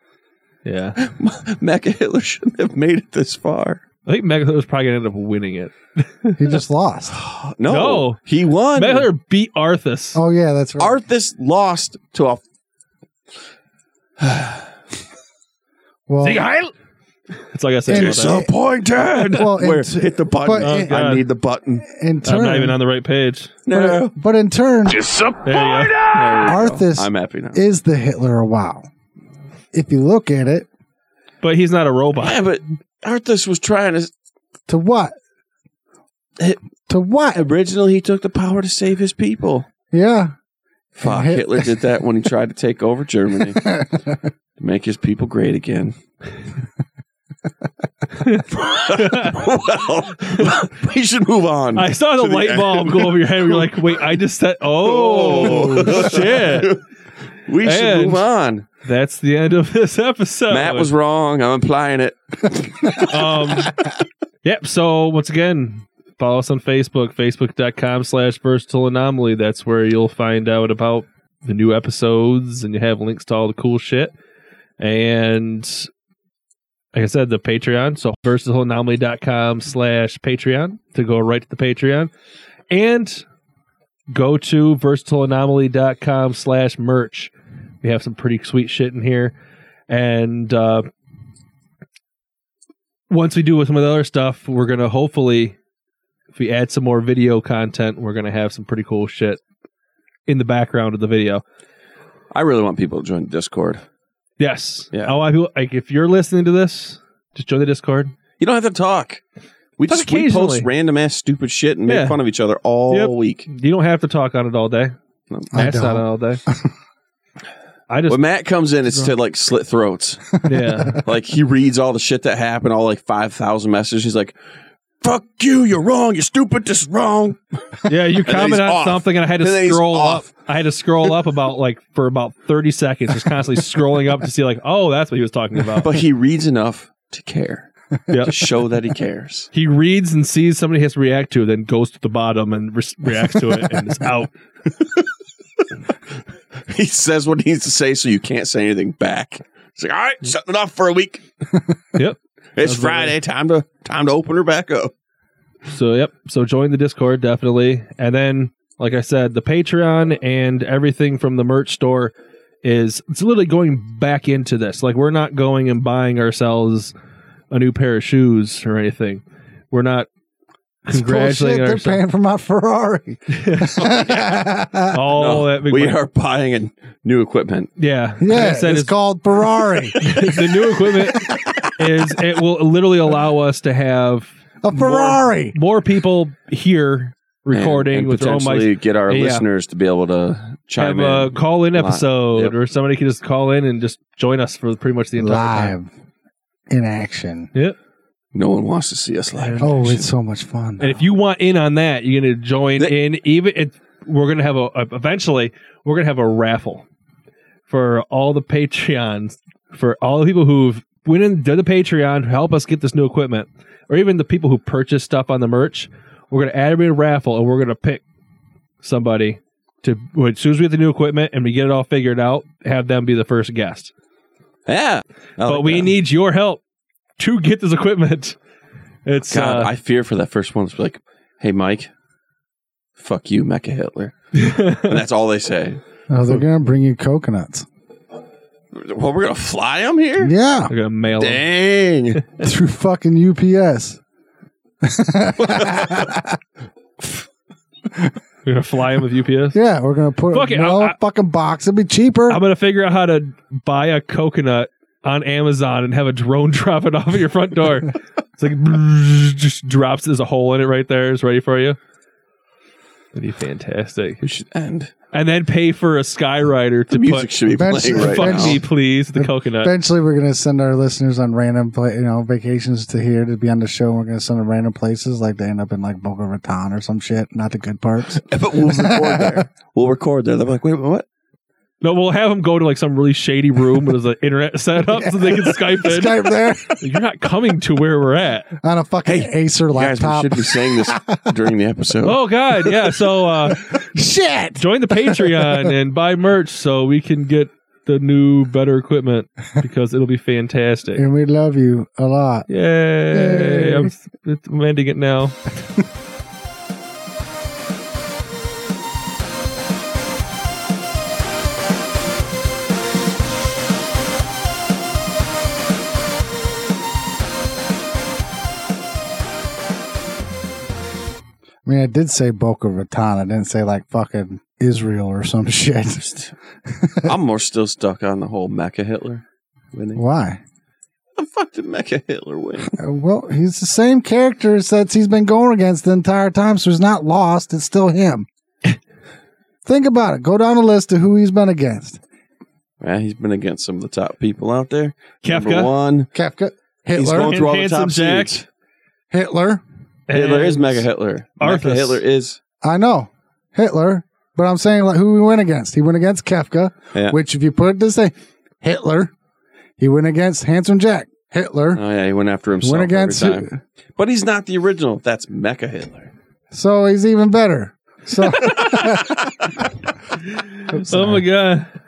[SPEAKER 3] Yeah.
[SPEAKER 1] Mecha Hitler shouldn't have made it this far.
[SPEAKER 3] I think Megalith was probably gonna end up winning it.
[SPEAKER 4] He just lost.
[SPEAKER 1] Uh, No,
[SPEAKER 3] No.
[SPEAKER 1] he won.
[SPEAKER 3] Megalith beat Arthas.
[SPEAKER 4] Oh yeah, that's right.
[SPEAKER 1] Arthas lost to a.
[SPEAKER 4] well,
[SPEAKER 3] Zig Heil! That's all I gotta say about that.
[SPEAKER 1] Disappointed.
[SPEAKER 4] Well, and
[SPEAKER 1] Where,
[SPEAKER 4] t-
[SPEAKER 1] hit the
[SPEAKER 4] but
[SPEAKER 1] button.
[SPEAKER 4] in-
[SPEAKER 1] I
[SPEAKER 3] God.
[SPEAKER 1] need the button.
[SPEAKER 4] in turn,
[SPEAKER 3] I'm not even on the right page.
[SPEAKER 1] No, no, no.
[SPEAKER 4] but, but in turn,
[SPEAKER 3] There you go.
[SPEAKER 4] Arthas
[SPEAKER 1] I'm happy now.
[SPEAKER 4] is the Hitler of WoW. If you look at it,
[SPEAKER 3] But he's not a robot.
[SPEAKER 1] yeah, but Arthas was trying to.
[SPEAKER 4] to what?
[SPEAKER 1] Hit-
[SPEAKER 4] To what?
[SPEAKER 1] Originally, he took the power to save his people.
[SPEAKER 4] Yeah.
[SPEAKER 1] Fuck,
[SPEAKER 4] Hit-
[SPEAKER 1] Hitler did that when he tried to take over Germany to make his people great again. well, we should move on.
[SPEAKER 3] I saw the
[SPEAKER 1] To the
[SPEAKER 3] light bulb go over your head. You're like, wait, I just said, oh, shit.
[SPEAKER 1] we should
[SPEAKER 3] And-
[SPEAKER 1] move on.
[SPEAKER 3] That's the end of this episode.
[SPEAKER 1] Matt was wrong. I'm implying it.
[SPEAKER 3] um, yep. So once again, follow us on Facebook, facebook.com slash versatile anomaly. That's where you'll find out about the new episodes and you have links to all the cool shit. And like I said, the Patreon. So versatileanomaly.com slash Patreon to go right to the Patreon. And go to versatileanomaly.com slash merch. We have some pretty sweet shit in here. And uh, once we do with some of the other stuff, we're gonna hopefully, if we add some more video content, we're gonna have some pretty cool shit in the background of the video.
[SPEAKER 1] I really want people to join Discord.
[SPEAKER 3] Yes.
[SPEAKER 1] Yeah.
[SPEAKER 3] I want people like if you're listening to this, just join the Discord.
[SPEAKER 1] You don't have to talk. We
[SPEAKER 3] Talk
[SPEAKER 1] just we post
[SPEAKER 3] occasionally.
[SPEAKER 1] random ass stupid shit and make
[SPEAKER 3] Yeah.
[SPEAKER 1] fun of each other all
[SPEAKER 3] Yep.
[SPEAKER 1] week.
[SPEAKER 3] You don't have to talk on it all day.
[SPEAKER 1] No.
[SPEAKER 4] I
[SPEAKER 3] That's not
[SPEAKER 4] don't.
[SPEAKER 3] on all day. I just
[SPEAKER 1] When Matt comes in, it's to like slit throats.
[SPEAKER 3] yeah.
[SPEAKER 1] like he reads all the shit that happened, all like five thousand messages. He's like, "Fuck you, you're wrong, you're stupid, this is wrong."
[SPEAKER 3] Yeah, you
[SPEAKER 1] then
[SPEAKER 3] comment
[SPEAKER 1] he's
[SPEAKER 3] on
[SPEAKER 1] off.
[SPEAKER 3] something and I had to
[SPEAKER 1] And then he's
[SPEAKER 3] scroll up.
[SPEAKER 1] off.
[SPEAKER 3] I had to scroll up about like for about thirty seconds, just constantly scrolling up to see like, oh, that's what he was talking about.
[SPEAKER 1] But he reads enough to care,
[SPEAKER 3] Yep.
[SPEAKER 1] to show that he cares.
[SPEAKER 3] He reads and sees somebody he has to react to, then goes to the bottom and re- reacts to it and is out.
[SPEAKER 1] He says what he needs to say, so you can't say anything back. He's like, "All right, shutting it off for a week.
[SPEAKER 3] Yep.
[SPEAKER 1] It's
[SPEAKER 3] Sounds about
[SPEAKER 1] Friday. Time to time to open her back up."
[SPEAKER 3] So, yep. So join the Discord, definitely. And then, like I said, the Patreon and everything from the merch store is it's literally going back into this. Like, we're not going and buying ourselves a new pair of shoes or anything. We're not congratulating
[SPEAKER 4] Bullshit,
[SPEAKER 3] Oh, ourselves.
[SPEAKER 4] They're paying for my Ferrari. yeah,
[SPEAKER 3] All
[SPEAKER 1] No,
[SPEAKER 3] that big
[SPEAKER 1] we
[SPEAKER 3] money.
[SPEAKER 1] are buying a new equipment.
[SPEAKER 3] yeah. I
[SPEAKER 4] it's,
[SPEAKER 3] said it's-
[SPEAKER 4] called Ferrari.
[SPEAKER 3] the new equipment is it will literally allow us to have
[SPEAKER 4] A Ferrari.
[SPEAKER 3] more people here recording
[SPEAKER 1] and, and
[SPEAKER 3] with their own mics.
[SPEAKER 1] potentially get our
[SPEAKER 3] Yeah.
[SPEAKER 1] listeners to be able to
[SPEAKER 3] Have
[SPEAKER 1] chime
[SPEAKER 3] a
[SPEAKER 1] in.
[SPEAKER 3] call in
[SPEAKER 1] Live.
[SPEAKER 3] episode,
[SPEAKER 1] Yep.
[SPEAKER 3] or somebody can just call in and just join us for pretty much the entire time.
[SPEAKER 4] Live in action.
[SPEAKER 3] Yeah.
[SPEAKER 1] no one wants to see us live.
[SPEAKER 4] Oh, it's so much fun.
[SPEAKER 3] And if you want in on that, you're going to join
[SPEAKER 1] They-
[SPEAKER 3] in. Even it, we're going to have a eventually we're going to have a raffle for all the Patreons for all the people who've went in did the Patreon to help us get this new equipment, or even the people who purchase stuff on the merch. We're going to add them in a raffle, and we're going to pick somebody to as soon as we get the new equipment and we get it all figured out, have them be the first guest.
[SPEAKER 1] Yeah, I
[SPEAKER 3] but
[SPEAKER 1] like
[SPEAKER 3] we
[SPEAKER 1] that.
[SPEAKER 3] need your help to get this equipment. It's
[SPEAKER 1] God,
[SPEAKER 3] uh,
[SPEAKER 1] I fear for that first one. It's like, hey, Mike, fuck you, Mecha Hitler. and that's all they say.
[SPEAKER 4] oh, they're gonna bring you coconuts.
[SPEAKER 1] Well, we're gonna fly them here.
[SPEAKER 4] Yeah,
[SPEAKER 3] we're going to mail it.
[SPEAKER 1] Dang,
[SPEAKER 4] through fucking UPS.
[SPEAKER 3] We're gonna fly him with UPS.
[SPEAKER 4] Yeah, we're gonna put
[SPEAKER 3] Fuck it,
[SPEAKER 4] no
[SPEAKER 3] I- I-
[SPEAKER 4] fucking box. It'd be cheaper.
[SPEAKER 3] I'm gonna figure out how to buy a coconut on Amazon and have a drone drop it off at your front door. it's like just drops. There's a hole in it right there. It's ready for you. That'd be fantastic.
[SPEAKER 1] we should end.
[SPEAKER 3] And then pay for a skyrider to
[SPEAKER 1] The music
[SPEAKER 3] put
[SPEAKER 1] should be playing
[SPEAKER 4] Eventually-
[SPEAKER 1] right
[SPEAKER 3] "Fuck
[SPEAKER 1] now.
[SPEAKER 3] me, please" the coconut.
[SPEAKER 4] Eventually, we're gonna send our listeners on random, pla you know, vacations to here to be on the show. And we're gonna send them random places, like they end up in like Boca Raton or some shit. Not the good parts.
[SPEAKER 1] But we'll record there. We'll record there. They're like, wait, what?
[SPEAKER 3] No, we'll have them go to like some really shady room with the internet set up so they can Skype in.
[SPEAKER 4] Skype there
[SPEAKER 3] You're not coming to where we're at.
[SPEAKER 4] on a fucking Acer
[SPEAKER 1] Guys, we
[SPEAKER 4] laptop.
[SPEAKER 1] should be saying this during the episode.
[SPEAKER 3] Oh God, yeah. So uh,
[SPEAKER 4] shit.
[SPEAKER 3] join the Patreon and buy merch so we can get the new better equipment because it'll be fantastic.
[SPEAKER 4] And we love you a lot.
[SPEAKER 3] Yay! I'm, s- I'm ending it now.
[SPEAKER 4] I mean, I did say Boca Raton. I didn't say like fucking Israel or some shit.
[SPEAKER 3] Oh.
[SPEAKER 1] I'm more still stuck on the whole Mecha Hitler winning.
[SPEAKER 4] Why?
[SPEAKER 1] The fuck did Mecha Hitler win?
[SPEAKER 4] Uh, Well, he's the same character since he's been going against the entire time, so he's not lost. It's still him. Think about it. Go down the list of who he's been against.
[SPEAKER 1] Yeah, he's been against some of the top people out there. Number
[SPEAKER 3] Kefka,
[SPEAKER 1] one,
[SPEAKER 4] Kafka,
[SPEAKER 1] he's
[SPEAKER 4] Hitler,
[SPEAKER 1] going through all the
[SPEAKER 3] Handsome
[SPEAKER 1] top
[SPEAKER 3] Jack.
[SPEAKER 1] seeds.
[SPEAKER 4] Hitler.
[SPEAKER 1] Hitler
[SPEAKER 3] and
[SPEAKER 1] is Mega Hitler.
[SPEAKER 3] Arthas.
[SPEAKER 1] Mega Hitler is.
[SPEAKER 4] I know Hitler, but I'm saying like who he went against. He went against Kafka,
[SPEAKER 1] Yeah.
[SPEAKER 4] which if you put it this way, Hitler. He went against Handsome Jack. Hitler
[SPEAKER 1] Oh yeah, he went after himself.
[SPEAKER 4] went
[SPEAKER 1] every
[SPEAKER 4] against.
[SPEAKER 1] time.
[SPEAKER 4] who-
[SPEAKER 1] But he's not the original. That's Mecha Hitler.
[SPEAKER 4] So he's even better. So
[SPEAKER 3] Oh my God!